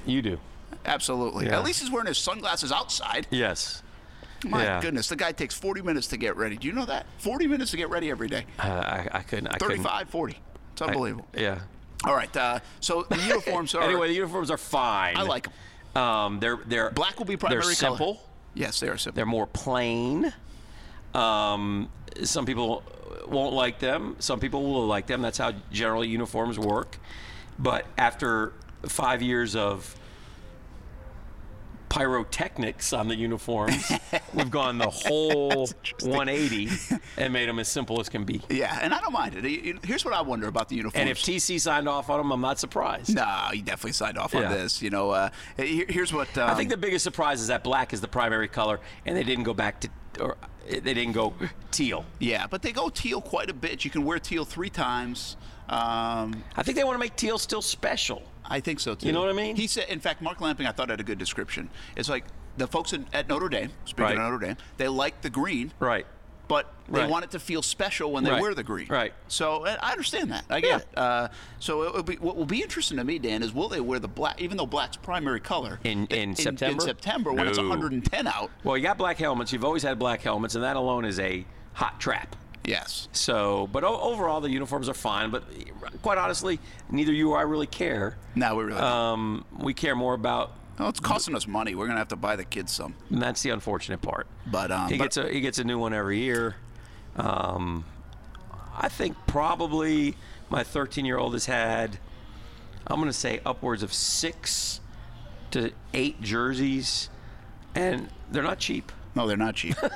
Speaker 2: you do.
Speaker 1: Absolutely.
Speaker 2: Yeah.
Speaker 1: At least he's wearing his sunglasses outside.
Speaker 2: Yes.
Speaker 1: My
Speaker 2: yeah.
Speaker 1: goodness, the guy takes 40 minutes to get ready. Do you know that? 40 minutes to get ready every day.
Speaker 2: Uh, I, I couldn't. I couldn't-
Speaker 1: 35, 40. It's
Speaker 2: I-
Speaker 1: unbelievable.
Speaker 2: yeah.
Speaker 1: All right. Uh, so the uniforms are.
Speaker 2: Anyway, the uniforms are fine.
Speaker 1: I like 'em.
Speaker 2: them. Um, they're they're
Speaker 1: black will be primary
Speaker 2: They're
Speaker 1: color.
Speaker 2: simple.
Speaker 1: Yes, they are simple.
Speaker 2: They're more plain. Um, some people won't like them. Some people will like them. That's how generally uniforms work. But after five years of pyrotechnics on the uniforms, we've gone the whole 180 and made them as simple as can be.
Speaker 1: yeah, and I don't mind it. You- you- Here's what I wonder about the uniforms.
Speaker 2: And if TC signed off on them, I'm not surprised.
Speaker 1: No, he definitely signed off on
Speaker 2: Yeah.
Speaker 1: this. You know, uh, here- here's what um,
Speaker 2: I think the biggest surprise is that black is the primary color, and they didn't go back to, or they didn't go teal.
Speaker 1: yeah, but they go teal quite a bit. You can wear teal three times. Um,
Speaker 2: I think they want to make teal still special.
Speaker 1: I think so too.
Speaker 2: You know what I mean?
Speaker 1: He said. In fact, Mark Lamping, I thought had a good description. It's like the folks in, at Notre Dame. Speaking
Speaker 2: Right.
Speaker 1: of Notre Dame, they like the green,
Speaker 2: Right.
Speaker 1: but they
Speaker 2: Right.
Speaker 1: want it to feel special when they
Speaker 2: Right.
Speaker 1: wear the green.
Speaker 2: Right.
Speaker 1: So I I understand that. I get
Speaker 2: Yeah.
Speaker 1: it. Uh, so it will be, what will be interesting to me, Dan, is will they wear the black, even though black's primary color
Speaker 2: In- in September?
Speaker 1: In September when it's
Speaker 2: No.
Speaker 1: 110 out.
Speaker 2: Well, you got black helmets. You've always had black helmets, and that alone is a hot trap.
Speaker 1: Yes.
Speaker 2: So, but o- overall, the uniforms are fine. But quite honestly, neither you or I really care.
Speaker 1: No, we really. don't.
Speaker 2: Um, we care more about,
Speaker 1: Oh, it's costing us money. We're gonna have to buy the kids some.
Speaker 2: and that's the unfortunate part.
Speaker 1: But um,
Speaker 2: He
Speaker 1: but
Speaker 2: gets a he gets a new one every year. Um, I think probably my 13 year old has had I'm going to say upwards of six to eight jerseys, and they're not cheap.
Speaker 1: No, they're not cheap. uh,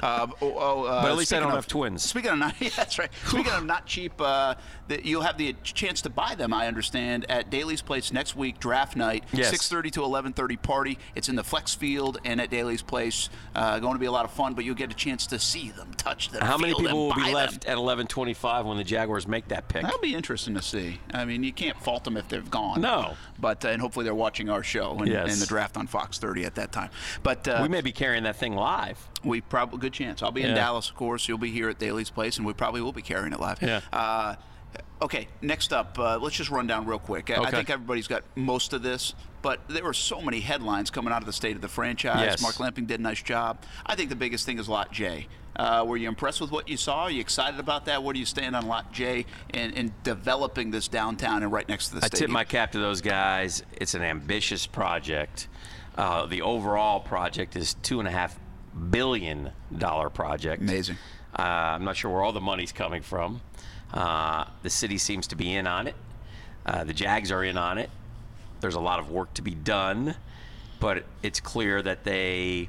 Speaker 1: oh, oh, uh,
Speaker 2: But at least I
Speaker 1: speaking
Speaker 2: don't
Speaker 1: of-
Speaker 2: have twins.
Speaker 1: Speaking of not, yeah, that's right. Speaking of not cheap, uh, that you'll have the chance to buy them. I understand at Daly's Place next week, draft night,
Speaker 2: Yes.
Speaker 1: 6:30 to 11:30 party. It's in the Flex Field and at Daly's Place. Uh, going to be a lot of fun, but you'll get a chance to see them, touch them.
Speaker 2: How many
Speaker 1: feel them,
Speaker 2: people will
Speaker 1: buy
Speaker 2: be
Speaker 1: them.
Speaker 2: left at 11:25 when the Jaguars make that pick?
Speaker 1: That'll be interesting to see. I mean, you can't fault them if they've gone.
Speaker 2: No.
Speaker 1: But uh, and hopefully they're watching our show and,
Speaker 2: Yes.
Speaker 1: and the draft on Fox 30 at that time. But uh,
Speaker 2: We may be carrying that thing live.
Speaker 1: We probably good chance. I'll be in
Speaker 2: Yeah.
Speaker 1: Dallas, of course. You'll be here at Daly's place, and we probably will be carrying it live.
Speaker 2: Yeah.
Speaker 1: Uh, okay. Next up, uh, let's just run down real quick. I, I
Speaker 2: Okay.
Speaker 1: think everybody's got most of this, but there were so many headlines coming out of the state of the franchise.
Speaker 2: Yes.
Speaker 1: Mark Lamping did a nice job. I think the biggest thing is Lot J. Uh, were you impressed with what you saw? Are you excited about that? Where do you stand on Lot J and, and developing this downtown and right next to the
Speaker 2: I
Speaker 1: stadium?
Speaker 2: tip my cap to those guys. It's an ambitious project. Uh, the overall project is two and a half billion dollar project.
Speaker 1: Amazing.
Speaker 2: Uh, I'm not sure where all the money's coming from. Uh, the city seems to be in on it. Uh, the Jags are in on it. There's a lot of work to be done, but it's clear that they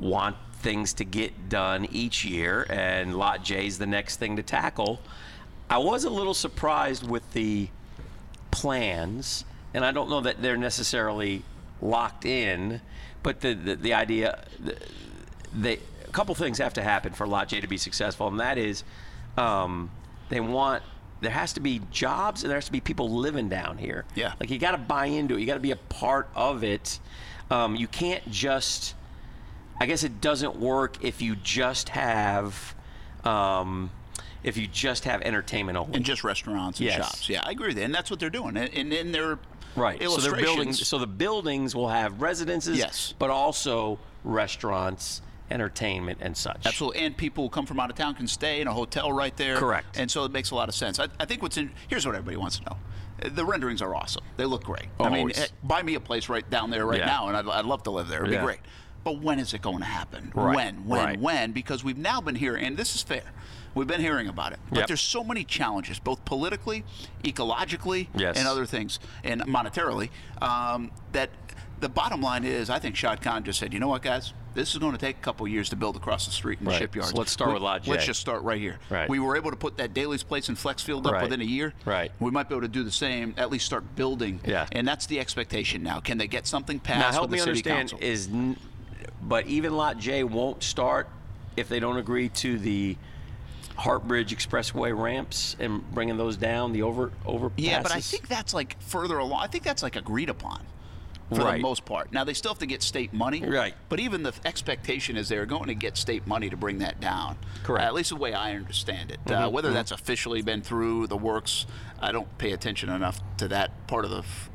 Speaker 2: want things to get done each year, and Lot J is the next thing to tackle. I was a little surprised with the plans, and I don't know that they're necessarily locked in, but the the, the idea, the, they a couple things have to happen for Lot J to be successful, and that is, um, they want there has to be jobs and there has to be people living down here.
Speaker 1: Yeah.
Speaker 2: like you got to buy into it. You got to be a part of it. Um, you can't just I guess it doesn't work if you just have, um, if you just have entertainment only.
Speaker 1: and just restaurants and
Speaker 2: Yes.
Speaker 1: shops. Yeah, I agree with you. And that's what they're doing. And, and in their
Speaker 2: right. So they're building.
Speaker 1: illustrations-
Speaker 2: So the buildings will have residences.
Speaker 1: Yes.
Speaker 2: But also restaurants, entertainment, and such.
Speaker 1: Absolutely, and people who come from out of town can stay in a hotel right there.
Speaker 2: Correct.
Speaker 1: And so it makes a lot of sense. I, I think what's in here's what everybody wants to know: Uh, the renderings are awesome. They look great. I mean,
Speaker 2: Always.
Speaker 1: eh, buy me a place right down there right
Speaker 2: Yeah.
Speaker 1: now, and I'd, I'd love to live there. It'd
Speaker 2: Yeah.
Speaker 1: be great. But when is it going to happen?
Speaker 2: Right.
Speaker 1: When? When?
Speaker 2: Right.
Speaker 1: When? Because we've now been hearing, and this is fair. We've been hearing about it, but
Speaker 2: Yep.
Speaker 1: there's so many challenges, both politically, ecologically,
Speaker 2: Yes.
Speaker 1: and other things, and monetarily, um, that the bottom line is, I think Shad Khan just said, you know what, guys, this is going to take a couple years to build across the street in the
Speaker 2: Right.
Speaker 1: shipyards.
Speaker 2: So let's start
Speaker 1: We-
Speaker 2: with Lot J.
Speaker 1: Let's just start right here.
Speaker 2: Right.
Speaker 1: We were able to put that Daly's Place in Flexfield up
Speaker 2: Right.
Speaker 1: within a year.
Speaker 2: Right.
Speaker 1: We might be able to do the same. At least start building.
Speaker 2: Yeah.
Speaker 1: And that's the expectation now. Can they get something passed
Speaker 2: Now help
Speaker 1: with the
Speaker 2: me
Speaker 1: city
Speaker 2: understand
Speaker 1: council?
Speaker 2: is, n- but even Lot J won't start if they don't agree to the. Hartbridge Expressway ramps and bringing those down the over overpasses.
Speaker 1: yeah, but I think that's like further along. I think that's like agreed upon. For the
Speaker 2: Right.
Speaker 1: most part. Now, they still have to get state money.
Speaker 2: Right.
Speaker 1: But even the expectation is they're going to get state money to bring that down.
Speaker 2: Correct. Mm-hmm.
Speaker 1: at least the way I understand it. Uh, whether that's officially been through the works, I don't pay attention enough to that part of the. F-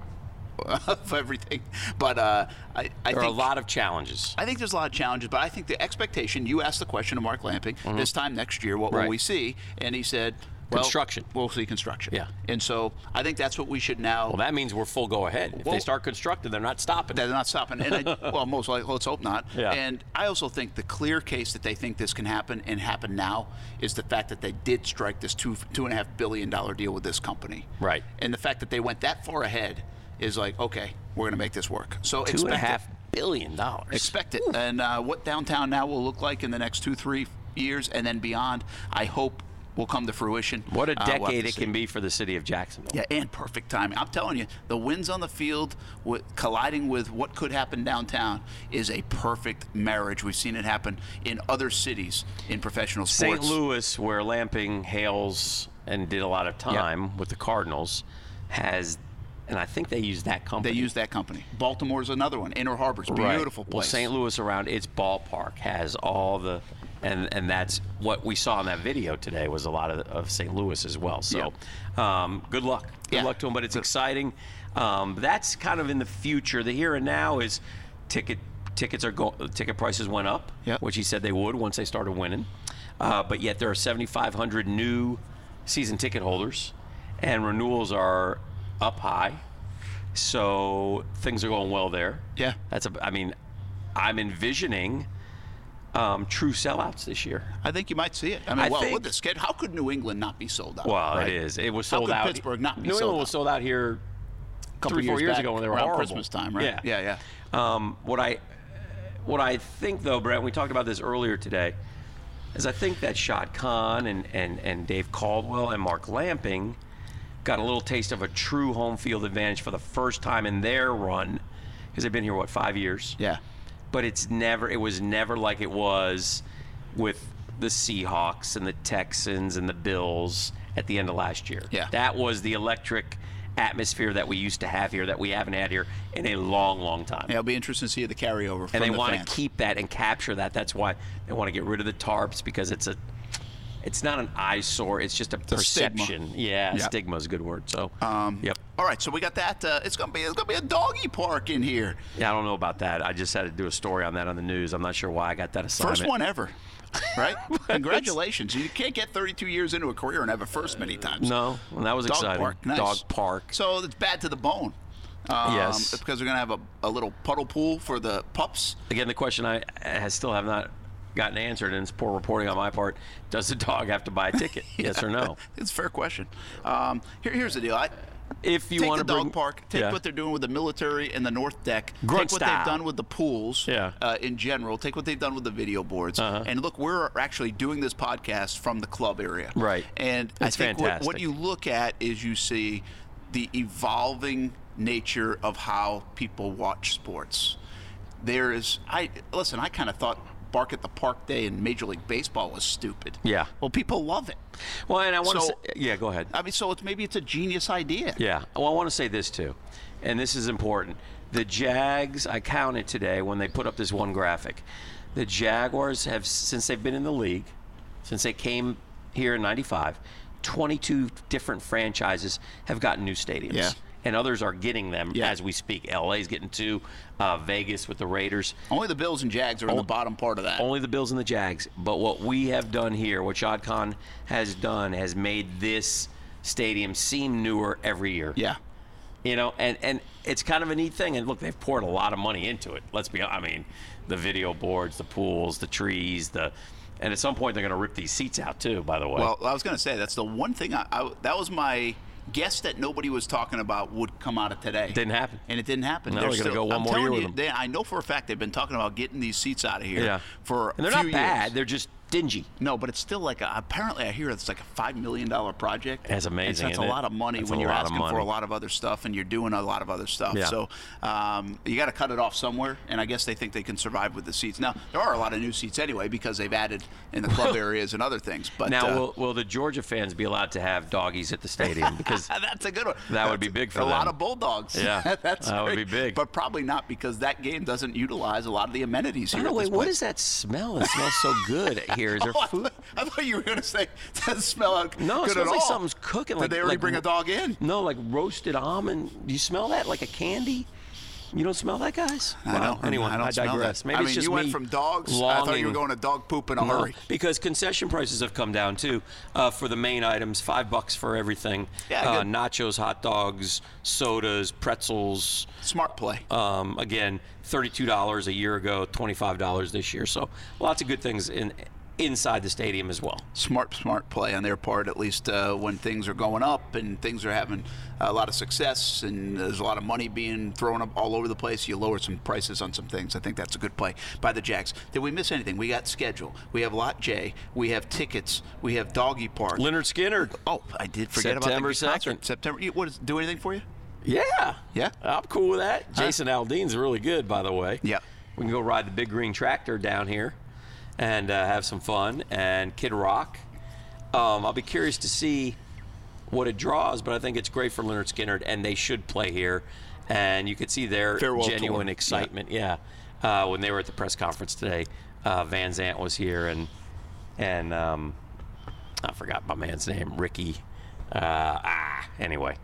Speaker 1: of everything, but uh, I, I
Speaker 2: there are a
Speaker 1: think
Speaker 2: lot of challenges.
Speaker 1: I think there's a lot of challenges, but I think the expectation. You asked the question to Mark Lamping this time next year. What will
Speaker 2: Mm-hmm. Right.
Speaker 1: we see? And he said, well,
Speaker 2: Construction.
Speaker 1: We'll see construction.
Speaker 2: Yeah.
Speaker 1: And so I think that's what we should now.
Speaker 2: Well, that means we're full go ahead. If
Speaker 1: Well-
Speaker 2: they start constructing, they're not stopping.
Speaker 1: They're not stopping. And I, well, most likely, let's hope not.
Speaker 2: Yeah.
Speaker 1: And I also think the clear case that they think this can happen and happen now is the fact that they did strike this two two and a half billion dollar deal with this company.
Speaker 2: Right.
Speaker 1: And the fact that they went that far ahead is like, okay, we're going to make this work. So
Speaker 2: Two and
Speaker 1: expect
Speaker 2: a
Speaker 1: it.
Speaker 2: half billion dollars.
Speaker 1: Expect it. And uh, what downtown now will look like in the next two, three years and then beyond, I hope will come to fruition.
Speaker 2: what a
Speaker 1: Uh, we'll have
Speaker 2: decade
Speaker 1: to
Speaker 2: it
Speaker 1: see.
Speaker 2: can be for the city of Jacksonville.
Speaker 1: Yeah, and perfect timing. I'm telling you, the winds on the field with colliding with what could happen downtown is a perfect marriage. We've seen it happen in other cities in professional
Speaker 2: St.
Speaker 1: sports.
Speaker 2: Louis, where Lamping hails and did a lot of time with the Cardinals, has, and I think they use that
Speaker 1: They
Speaker 2: company.
Speaker 1: use that company. Baltimore's another one. Inner Harbor's
Speaker 2: Right.
Speaker 1: beautiful place.
Speaker 2: Well, St. Louis around its ballpark has all the and and that's what we saw in that video today was a lot of, of St. Louis as well. So, um, good luck, good
Speaker 1: Yeah.
Speaker 2: luck to them. But it's exciting. Um, that's kind of in the future. The here and now is ticket tickets are go- ticket prices went up,
Speaker 1: Yep.
Speaker 2: which he said they would once they started winning. Uh, but yet there are 7,500 new season ticket holders, and renewals are up high. So things are going well there.
Speaker 1: Yeah.
Speaker 2: that's a. I mean, I'm envisioning um, true sellouts this year.
Speaker 1: I think you might see it. I mean,
Speaker 2: I
Speaker 1: well,
Speaker 2: think-
Speaker 1: with the schedule, how could New England not be sold out?
Speaker 2: Well,
Speaker 1: right?
Speaker 2: it is. It was
Speaker 1: How
Speaker 2: sold
Speaker 1: could
Speaker 2: out.
Speaker 1: Pittsburgh not be
Speaker 2: New
Speaker 1: sold
Speaker 2: England was
Speaker 1: out?
Speaker 2: sold out here
Speaker 1: Couple
Speaker 2: three, four years
Speaker 1: back,
Speaker 2: ago when they were
Speaker 1: around
Speaker 2: horrible.
Speaker 1: Christmas time, right?
Speaker 2: Yeah,
Speaker 1: yeah, yeah.
Speaker 2: Um, what I what I think though, Brett, we talked about this earlier today, is I think that Shad Khan and, and, and Dave Caldwell and Mark Lamping got a little taste of a true home field advantage for the first time in their run, because they've been here what five years
Speaker 1: Yeah.
Speaker 2: but it's never it was never like it was with the Seahawks and the Texans and the Bills at the end of last year.
Speaker 1: Yeah.
Speaker 2: That was the electric atmosphere that we used to have here that we haven't had here in a long, long time.
Speaker 1: Yeah, it'll be interesting to see the carryover from
Speaker 2: and they
Speaker 1: the
Speaker 2: want to
Speaker 1: fans.
Speaker 2: keep that and capture that. That's why they want to get rid of the tarps because it's a it's not an eyesore, it's just a
Speaker 1: a stigma.
Speaker 2: perception. Yeah,
Speaker 1: Yeah.
Speaker 2: stigma is a good word. So um, yep.
Speaker 1: All right, so we got that. Uh, it's gonna be it's gonna be a doggy park in here.
Speaker 2: Yeah, I don't know about that. I just had to do a story on that on the news. I'm not sure why I got that assignment.
Speaker 1: First one ever. Right? Congratulations. You can't get 32 years into a career and have a first many times.
Speaker 2: No, well, that was
Speaker 1: Dog
Speaker 2: exciting.
Speaker 1: park. Nice.
Speaker 2: Dog park.
Speaker 1: So it's bad to the bone. Um,
Speaker 2: Yes.
Speaker 1: Because we're going to have a, a little puddle pool for the pups.
Speaker 2: Again, the question I, I still have not gotten answered, and it's poor reporting on my part. Does the dog have to buy a ticket? Yes or no?
Speaker 1: It's a fair question. Um, here, here's the deal. I,
Speaker 2: If you
Speaker 1: take
Speaker 2: want
Speaker 1: the
Speaker 2: to
Speaker 1: dog
Speaker 2: bring,
Speaker 1: park, take
Speaker 2: yeah.
Speaker 1: what they're doing with the military and the North Deck,
Speaker 2: Grunt
Speaker 1: take what
Speaker 2: style.
Speaker 1: they've done with the pools
Speaker 2: Yeah. Uh-huh.
Speaker 1: uh, in general, take what they've done with the video boards, and look, we're actually doing this podcast from the club area,
Speaker 2: Right.
Speaker 1: And
Speaker 2: It's
Speaker 1: I think what,
Speaker 2: fantastic.
Speaker 1: what you look at is you see the evolving nature of how people watch sports. There is, I listen, I kind of thought. Bark at the Park Day in Major League Baseball was stupid.
Speaker 2: Yeah.
Speaker 1: Well, people love it.
Speaker 2: Well, and I want to.
Speaker 1: So-
Speaker 2: say, yeah, go ahead.
Speaker 1: I mean, so it's maybe it's a genius idea.
Speaker 2: Yeah. Well, I want to say this too, and this is important. The Jags, I counted today when they put up this one graphic. The Jaguars have, since they've been in the league, since they came here in '95, 22 different franchises have gotten new stadiums.
Speaker 1: Yeah.
Speaker 2: And others are getting them
Speaker 1: Yeah.
Speaker 2: as we speak. LA's getting two, uh, Vegas with the Raiders.
Speaker 1: Only the Bills and Jags are in the bottom part of that.
Speaker 2: Only the Bills and the Jags. But what we have done here, what Shad Khan has done, has made this stadium seem newer every year
Speaker 1: yeah.
Speaker 2: you know and and it's kind of a neat thing and look they've poured a lot of money into it let's be i mean the video boards the pools the trees the and at some point they're going to rip these seats out too by the way
Speaker 1: Well, I was going to say that's the one thing I, I that was my guess that nobody was talking about would come out of today.
Speaker 2: didn't happen
Speaker 1: and it didn't happen.
Speaker 2: No,
Speaker 1: They're
Speaker 2: we're gonna
Speaker 1: still-
Speaker 2: go one
Speaker 1: I'm
Speaker 2: more
Speaker 1: telling
Speaker 2: year with
Speaker 1: you,
Speaker 2: them.
Speaker 1: They, I know for a fact they've been talking about getting these seats out of here
Speaker 2: Yeah.
Speaker 1: for
Speaker 2: and they're
Speaker 1: a
Speaker 2: not
Speaker 1: few
Speaker 2: bad
Speaker 1: years.
Speaker 2: they're just dingy
Speaker 1: No, but it's still like a, apparently I hear it's like a five million dollar project.
Speaker 2: That's
Speaker 1: And so
Speaker 2: amazing,
Speaker 1: That's
Speaker 2: isn't
Speaker 1: a
Speaker 2: it?
Speaker 1: lot of money
Speaker 2: That's
Speaker 1: when
Speaker 2: a
Speaker 1: you're
Speaker 2: lot of
Speaker 1: asking for
Speaker 2: money.
Speaker 1: a lot of other stuff and you're doing a lot of other stuff.
Speaker 2: Yeah.
Speaker 1: So um, you got to cut it off somewhere, and I guess they think they can survive with the seats. Now there are a lot of new seats anyway because they've added in the club areas and other things. But
Speaker 2: now
Speaker 1: uh,
Speaker 2: will, will the georgia fans be allowed to have doggies at the stadium because
Speaker 1: Ah, that's a good one.
Speaker 2: That would
Speaker 1: That's
Speaker 2: be big for
Speaker 1: a lot
Speaker 2: them.
Speaker 1: of bulldogs.
Speaker 2: Yeah,
Speaker 1: that's
Speaker 2: that would
Speaker 1: great.
Speaker 2: be big.
Speaker 1: But probably not because that game doesn't utilize a lot of the amenities
Speaker 2: by
Speaker 1: here.
Speaker 2: the
Speaker 1: at
Speaker 2: way
Speaker 1: this
Speaker 2: what
Speaker 1: place.
Speaker 2: is that smell it smells so good here is there
Speaker 1: Oh, I,
Speaker 2: food
Speaker 1: thought, I thought you were going to say doesn't smell like
Speaker 2: no it
Speaker 1: good at
Speaker 2: smells
Speaker 1: all.
Speaker 2: like something's cooking
Speaker 1: Did
Speaker 2: like
Speaker 1: they already
Speaker 2: like
Speaker 1: bring a dog in?
Speaker 2: No, like roasted almond. Do you smell that like a candy? You don't smell that, guys.
Speaker 1: I
Speaker 2: Wow.
Speaker 1: don't.
Speaker 2: Anyway,
Speaker 1: I don't smell that.
Speaker 2: digress. Maybe
Speaker 1: I mean,
Speaker 2: it's just
Speaker 1: you went
Speaker 2: me
Speaker 1: from dogs. I thought you were
Speaker 2: longing-
Speaker 1: going to dog poop in a
Speaker 2: No,
Speaker 1: hurry.
Speaker 2: Uh-huh. because concession prices have come down too uh, for the main items. Five bucks for everything.
Speaker 1: Yeah,
Speaker 2: uh,
Speaker 1: good.
Speaker 2: nachos, hot dogs, sodas, pretzels.
Speaker 1: Smart play.
Speaker 2: Um, again, thirty-two dollars a year ago, twenty-five dollars this year. So lots of good things in inside the stadium as well.
Speaker 1: smart, smart play on their part, at least uh, when things are going up and things are having a lot of success and there's a lot of money being thrown up all over the place. You lower some prices on some things. I think that's a good play by the Jacks. Did we miss anything? We got schedule. We have Lot J. We have tickets. We have Doggy Park.
Speaker 2: Leonard Skinner.
Speaker 1: oh, I did forget
Speaker 2: September
Speaker 1: about the concert.
Speaker 2: 2nd.
Speaker 1: September. you- What is do anything for you?
Speaker 2: Yeah.
Speaker 1: Yeah?
Speaker 2: I'm cool with that. Jason Aldean's really good, by the way.
Speaker 1: Yeah.
Speaker 2: We can go ride the big green tractor down here and uh, have some fun. And Kid Rock. Um, I'll be curious to see what it draws, but I think it's great for Leonard Skinner, and they should play here. And you could see their
Speaker 1: Farewell
Speaker 2: genuine
Speaker 1: tour.
Speaker 2: excitement. Yeah. Uh, when they were at the press conference today, uh, Van Zant was here, and and um, I forgot my man's name, Ricky. Uh, ah, anyway,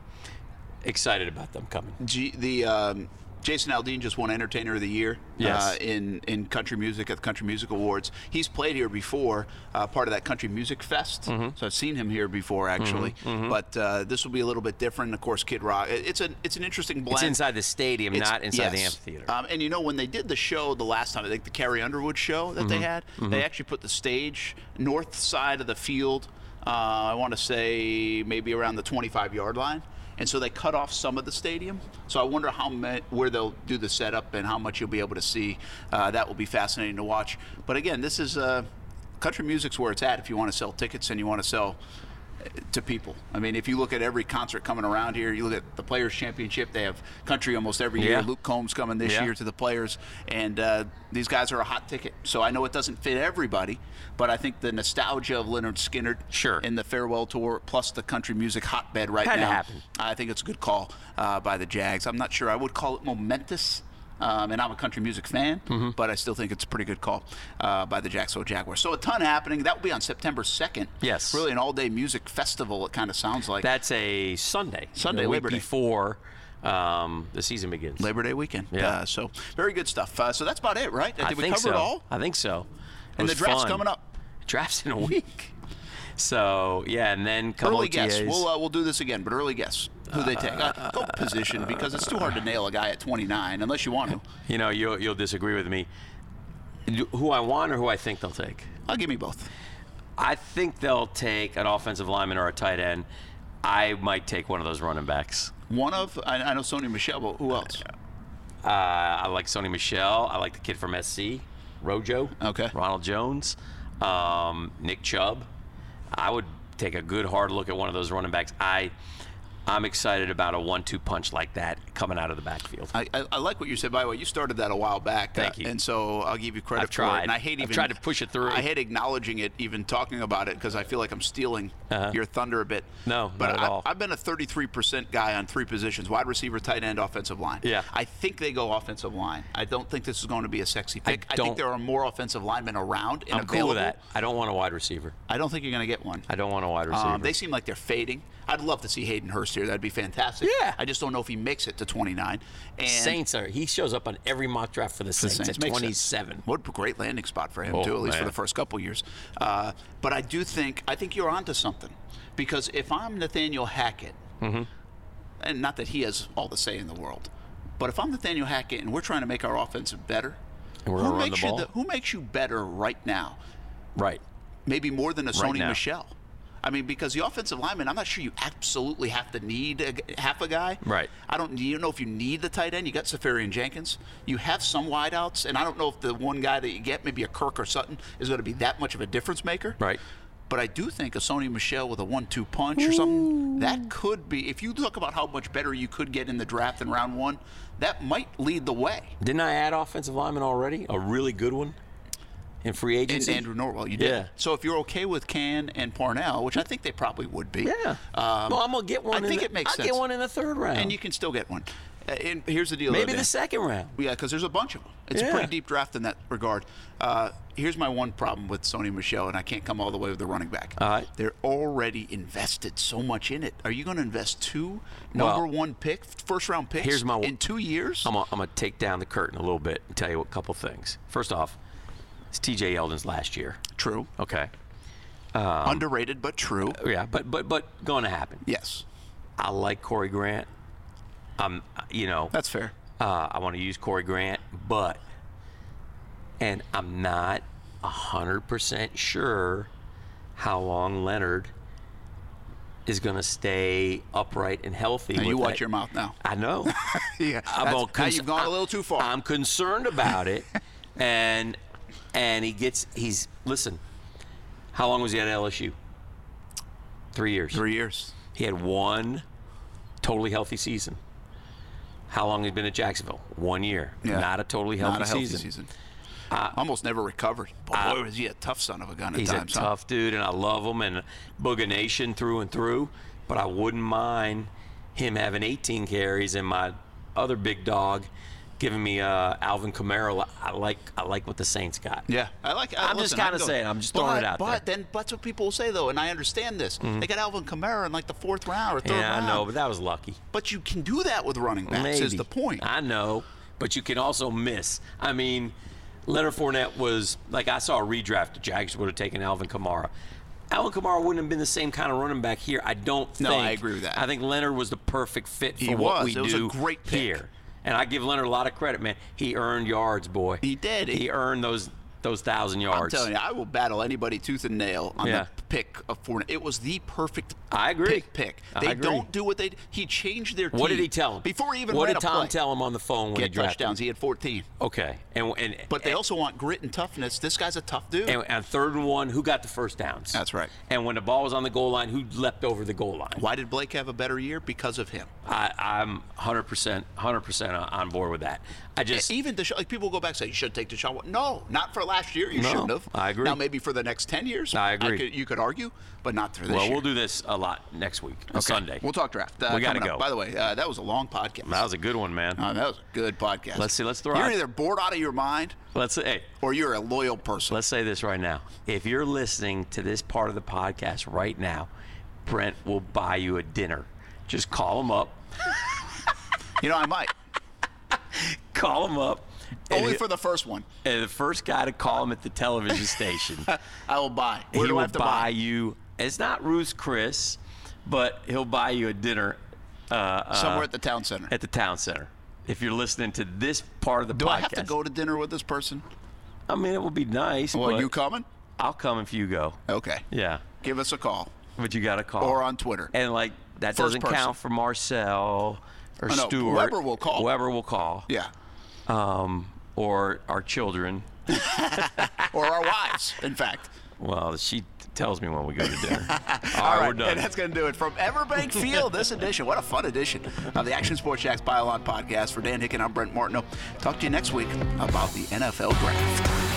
Speaker 2: excited about them coming.
Speaker 1: G- the um, Jason Aldean just won Entertainer of the Year
Speaker 2: Yes.
Speaker 1: uh, in in country music at the Country Music Awards. He's played here before, uh, part of that Country Music Fest.
Speaker 2: Mm-hmm.
Speaker 1: So I've seen him here before actually. But uh, this will be a little bit different. Of course, Kid Rock. it- It's an it's an interesting blend.
Speaker 2: It's inside the stadium,
Speaker 1: It's-
Speaker 2: not inside the
Speaker 1: yes.
Speaker 2: amphitheater.
Speaker 1: Um, and you know when they did the show the last time, I think the Carrie Underwood show that they had, they actually put the stage north side of the field. Uh, I want to say maybe around the 25 yard line, and so they cut off some of the stadium. So I wonder how ma- where they'll do the setup and how much you'll be able to see. Uh, that will be fascinating to watch. But again, this is uh, country music's where it's at. If you want to sell tickets and you want to sell uh, to people. I mean, if you look at every concert coming around here, you look at the Players Championship. They have country almost every year.
Speaker 2: Yeah.
Speaker 1: Luke Combs coming this
Speaker 2: Yeah.
Speaker 1: year to the Players, and uh, these guys are a hot ticket. So I know it doesn't fit everybody, but I think the nostalgia of Leonard Skinner,
Speaker 2: Sure.
Speaker 1: and the farewell tour plus the country music hotbed right
Speaker 2: Had to
Speaker 1: now,
Speaker 2: happen.
Speaker 1: I think it's a good call uh, by the Jags. I'm not sure I would call it momentous. Um, and I'm a country music fan,
Speaker 2: Mm-hmm.
Speaker 1: but I still think it's a pretty good call uh, by the Jacksonville Jaguars. So a ton happening. That will be on September 2nd.
Speaker 2: Yes.
Speaker 1: Really an all-day music festival. It kind of sounds like
Speaker 2: That's a Sunday.
Speaker 1: Sunday,
Speaker 2: the week
Speaker 1: Labor Day.
Speaker 2: before um, the season begins.
Speaker 1: Labor Day weekend.
Speaker 2: Yeah.
Speaker 1: Uh, so very good stuff. Uh, so that's about it, right? Did
Speaker 2: I
Speaker 1: we
Speaker 2: think
Speaker 1: cover
Speaker 2: so.
Speaker 1: it all?
Speaker 2: I think so. It
Speaker 1: And the
Speaker 2: was
Speaker 1: draft's
Speaker 2: fun.
Speaker 1: coming up.
Speaker 2: Drafts in a week. So yeah, and then couple
Speaker 1: Early
Speaker 2: OTAs.
Speaker 1: guess. We'll uh, we'll do this again, but early guess who they take. Uh, go position because it's too hard to nail a guy at 29 unless you want to.
Speaker 2: you know, you'll you'll disagree with me. Do- Who I want or who I think they'll take?
Speaker 1: I'll give me both.
Speaker 2: I think they'll take an offensive lineman or a tight end. I might take one of those running backs.
Speaker 1: One of I, I know Sony Michelle, but who else?
Speaker 2: Uh, I like Sony Michelle. I like the kid from SC, Rojo.
Speaker 1: Okay.
Speaker 2: Ronald Jones, um, Nick Chubb. I would take a good hard look at one of those running backs. I, I'm excited about a one-two punch like that coming out of the backfield.
Speaker 1: I, I, I like what you said. By the way, you started that a while back. uh,
Speaker 2: Thank you.
Speaker 1: And so I'll give you credit
Speaker 2: I've
Speaker 1: for it.
Speaker 2: tried.
Speaker 1: And I hate
Speaker 2: I've
Speaker 1: even
Speaker 2: tried to push it through.
Speaker 1: I hate acknowledging it, even talking about it, because I feel like I'm stealing your thunder a bit.
Speaker 2: Uh-huh. No,
Speaker 1: but
Speaker 2: not at
Speaker 1: I,
Speaker 2: all.
Speaker 1: I've been a 33% guy on three positions: wide receiver, tight end, offensive line.
Speaker 2: Yeah.
Speaker 1: I think they go offensive line. I don't think this is going to be a sexy pick. I, think
Speaker 2: don't-
Speaker 1: there are more offensive linemen around. And
Speaker 2: I'm cool with
Speaker 1: available.
Speaker 2: that. I don't want a wide receiver.
Speaker 1: I don't think you're going to get one.
Speaker 2: I don't want a wide receiver.
Speaker 1: Um, they seem like they're fading. I'd love to see Hayden Hurst here. That'd be fantastic.
Speaker 2: Yeah.
Speaker 1: I just don't know if he makes it to 29. And
Speaker 2: Saints are. He shows up on every mock draft for the Saints,
Speaker 1: Saints.
Speaker 2: at
Speaker 1: Makes sense.
Speaker 2: 27.
Speaker 1: What a great landing spot for him
Speaker 2: Oh,
Speaker 1: too, at least for
Speaker 2: man.
Speaker 1: the first couple years. Uh, but I do think I think you're onto something because if I'm Nathaniel Hackett,
Speaker 2: Mm-hmm.
Speaker 1: and not that he has all the say in the world, but if I'm Nathaniel Hackett and we're trying to make our offensive better,
Speaker 2: And we're
Speaker 1: who
Speaker 2: gonna run
Speaker 1: makes
Speaker 2: the
Speaker 1: you
Speaker 2: ball.
Speaker 1: who makes you better right now?
Speaker 2: Right.
Speaker 1: Maybe more than a
Speaker 2: Right
Speaker 1: Sony
Speaker 2: now.
Speaker 1: Michelle. I mean, because the offensive lineman, I'm not sure you absolutely have to need a, g- half a guy.
Speaker 2: Right.
Speaker 1: I don't you don't know if you need the tight end. You got Safarian Jenkins. You have some wideouts, and I don't know if the one guy that you get, maybe a Kirk or Sutton, is going to be that much of a difference maker.
Speaker 2: Right.
Speaker 1: But I do think a Sony Michelle with a one-two punch or something that could be. If you look about how much better you could get in the draft in round one, that might lead the way.
Speaker 2: Didn't I add offensive lineman already? A really good one in free
Speaker 1: And
Speaker 2: agency.
Speaker 1: Andrew Norwell, you did.
Speaker 2: Yeah.
Speaker 1: So if you're okay with Can and Parnell, which I think they probably would be.
Speaker 2: yeah.
Speaker 1: Um,
Speaker 2: well, I'm gonna get one.
Speaker 1: I
Speaker 2: in
Speaker 1: think
Speaker 2: the-
Speaker 1: it makes
Speaker 2: I'll
Speaker 1: sense.
Speaker 2: get one in the third round.
Speaker 1: and you can still get one. Uh, And here's the deal. though,
Speaker 2: Oh. maybe
Speaker 1: Dan.
Speaker 2: the second round.
Speaker 1: Yeah, because there's a bunch of them. It's a
Speaker 2: Yeah.
Speaker 1: pretty deep draft in that regard. Uh, here's my one problem with Sony Michelle, and I can't come all the way with the running back.
Speaker 2: All right.
Speaker 1: They're already invested so much in it. Are you going to invest two number
Speaker 2: Well,
Speaker 1: one pick, first round picks
Speaker 2: here's my-
Speaker 1: in two years?
Speaker 2: I'm gonna, I'm gonna take down the curtain a little bit and tell you a couple things. First off, it's T.J. Yeldon's last year.
Speaker 1: true.
Speaker 2: Okay.
Speaker 1: Underrated, but true.
Speaker 2: Yeah, but but but going to happen.
Speaker 1: Yes,
Speaker 2: I like Corey Grant. Um, you know,
Speaker 1: that's fair.
Speaker 2: uh, I want to use Corey Grant, but and I'm not hundred percent sure how long Leonard is gonna stay upright and healthy.
Speaker 1: Now you
Speaker 2: with
Speaker 1: watch
Speaker 2: that-
Speaker 1: your mouth now.
Speaker 2: I know.
Speaker 1: Yeah,
Speaker 2: I'm
Speaker 1: that's-
Speaker 2: all
Speaker 1: now
Speaker 2: cons-
Speaker 1: you've gone
Speaker 2: I-
Speaker 1: a little too far.
Speaker 2: I'm concerned about it, and and he gets he's listen. How long was he at LSU? Three years.
Speaker 1: Three years.
Speaker 2: He had one totally healthy season. How long he been at Jacksonville? One year.
Speaker 1: Yeah.
Speaker 2: Not a totally healthy,
Speaker 1: Not a healthy
Speaker 2: season. Uh,
Speaker 1: season. Almost never recovered. Boy, was he a tough son of a gun at
Speaker 2: He's
Speaker 1: times.
Speaker 2: a
Speaker 1: huh?
Speaker 2: tough dude, and I love him and Booger Nation through and through. But I wouldn't mind him having 18 carries and my other big dog giving me uh, Alvin Kamara. I like I like what the Saints got.
Speaker 1: Yeah, I like. I,
Speaker 2: I'm just
Speaker 1: listen,
Speaker 2: kinda
Speaker 1: go-
Speaker 2: saying, I'm just throwing
Speaker 1: but,
Speaker 2: it out Mm-hmm.
Speaker 1: But then that's what people will say though, and I understand this. They got Alvin Kamara in like the fourth round or third
Speaker 2: yeah,
Speaker 1: round.
Speaker 2: I know, but that was lucky.
Speaker 1: But you can do that with running backs.
Speaker 2: Maybe.
Speaker 1: Is the point?
Speaker 2: I know, but you can also miss. I mean, Leonard Fournette was like I saw a redraft. The Jags would have taken Alvin Kamara. Alvin Kamara wouldn't have been the same kind of running back here. I don't
Speaker 1: No,
Speaker 2: think.
Speaker 1: I agree with that.
Speaker 2: I think Leonard was the perfect fit for
Speaker 1: He
Speaker 2: what
Speaker 1: was.
Speaker 2: we
Speaker 1: It was a
Speaker 2: do
Speaker 1: great pick.
Speaker 2: here. And I give Leonard a lot of credit, man. He earned yards, boy.
Speaker 1: He did.
Speaker 2: He earned those those thousand
Speaker 1: I'm
Speaker 2: yards.
Speaker 1: telling you, I will battle anybody tooth and nail on
Speaker 2: Yeah.
Speaker 1: the pick of Fournette. It was the perfect
Speaker 2: I agree.
Speaker 1: pick. pick.
Speaker 2: I
Speaker 1: They
Speaker 2: agree.
Speaker 1: don't do what they. He changed their.
Speaker 2: What
Speaker 1: team
Speaker 2: did he tell him
Speaker 1: before he even
Speaker 2: What
Speaker 1: ran
Speaker 2: did
Speaker 1: a
Speaker 2: Tom
Speaker 1: play.
Speaker 2: tell him on the phone when he
Speaker 1: Get
Speaker 2: drafted? him?
Speaker 1: touchdowns. He had 14.
Speaker 2: Okay, and and
Speaker 1: But they also want grit and toughness. This guy's a tough dude.
Speaker 2: And, and third and one, who got the first downs?
Speaker 1: That's right.
Speaker 2: And when the ball was on the goal line, who leapt over the goal line?
Speaker 1: Why did Blake have a better year? Because of him.
Speaker 2: I, I'm 100%, 100% on- on board with that.
Speaker 1: E,
Speaker 2: I just,
Speaker 1: Even Deshaun, like people go back and say you should take Deshaun. Wa-" No, not for last year. You
Speaker 2: No,
Speaker 1: shouldn't have.
Speaker 2: I agree.
Speaker 1: Now maybe for the next ten years.
Speaker 2: I agree.
Speaker 1: could, you could argue, but not for this
Speaker 2: well,
Speaker 1: year.
Speaker 2: we'll do this a lot next week, on
Speaker 1: Okay.
Speaker 2: Sunday.
Speaker 1: We'll talk draft. Uh,
Speaker 2: We gotta
Speaker 1: coming up.
Speaker 2: go.
Speaker 1: By the way, uh, that was a long podcast.
Speaker 2: That was a good one, man.
Speaker 1: Uh, that was a good podcast.
Speaker 2: Let's see, let's throw
Speaker 1: You're
Speaker 2: out-
Speaker 1: either bored out of your mind
Speaker 2: Let's hey,
Speaker 1: or you're a loyal person.
Speaker 2: let's say this right now. If you're listening to this part of the podcast right now, Brent will buy you a dinner. Just call him up.
Speaker 1: You know, I might.
Speaker 2: Call him up. and
Speaker 1: Only
Speaker 2: he-
Speaker 1: for the first one.
Speaker 2: and the first guy to call him at the television station.
Speaker 1: I will buy. Where
Speaker 2: he
Speaker 1: do
Speaker 2: will
Speaker 1: I have to
Speaker 2: buy,
Speaker 1: buy?
Speaker 2: you. It's not Ruth's Chris, but he'll buy you a dinner uh, uh,
Speaker 1: Somewhere at the town center.
Speaker 2: at the town center. If you're listening to this part of the
Speaker 1: do
Speaker 2: podcast,
Speaker 1: I have to go to dinner with this person?
Speaker 2: I mean, it would be nice.
Speaker 1: Well,
Speaker 2: but
Speaker 1: you coming?
Speaker 2: I'll come if you go.
Speaker 1: Okay.
Speaker 2: Yeah,
Speaker 1: Give us a call
Speaker 2: but you got to call.
Speaker 1: or on Twitter.
Speaker 2: and like that
Speaker 1: First
Speaker 2: doesn't
Speaker 1: person.
Speaker 2: count for Marcel or
Speaker 1: Oh, no,
Speaker 2: Stuart.
Speaker 1: Weber will call.
Speaker 2: Weber will call.
Speaker 1: yeah.
Speaker 2: Um, or our children.
Speaker 1: Or our wives, in fact.
Speaker 2: Well, she tells me when we go to dinner.
Speaker 1: All
Speaker 2: we're
Speaker 1: right,
Speaker 2: done.
Speaker 1: and that's going to do it from Everbank Field this edition. What a fun edition of the Action Sports Jacks Pylon podcast. For Dan Hicken, I'm Brent Martineau. Talk to you next week about the NFL Draft.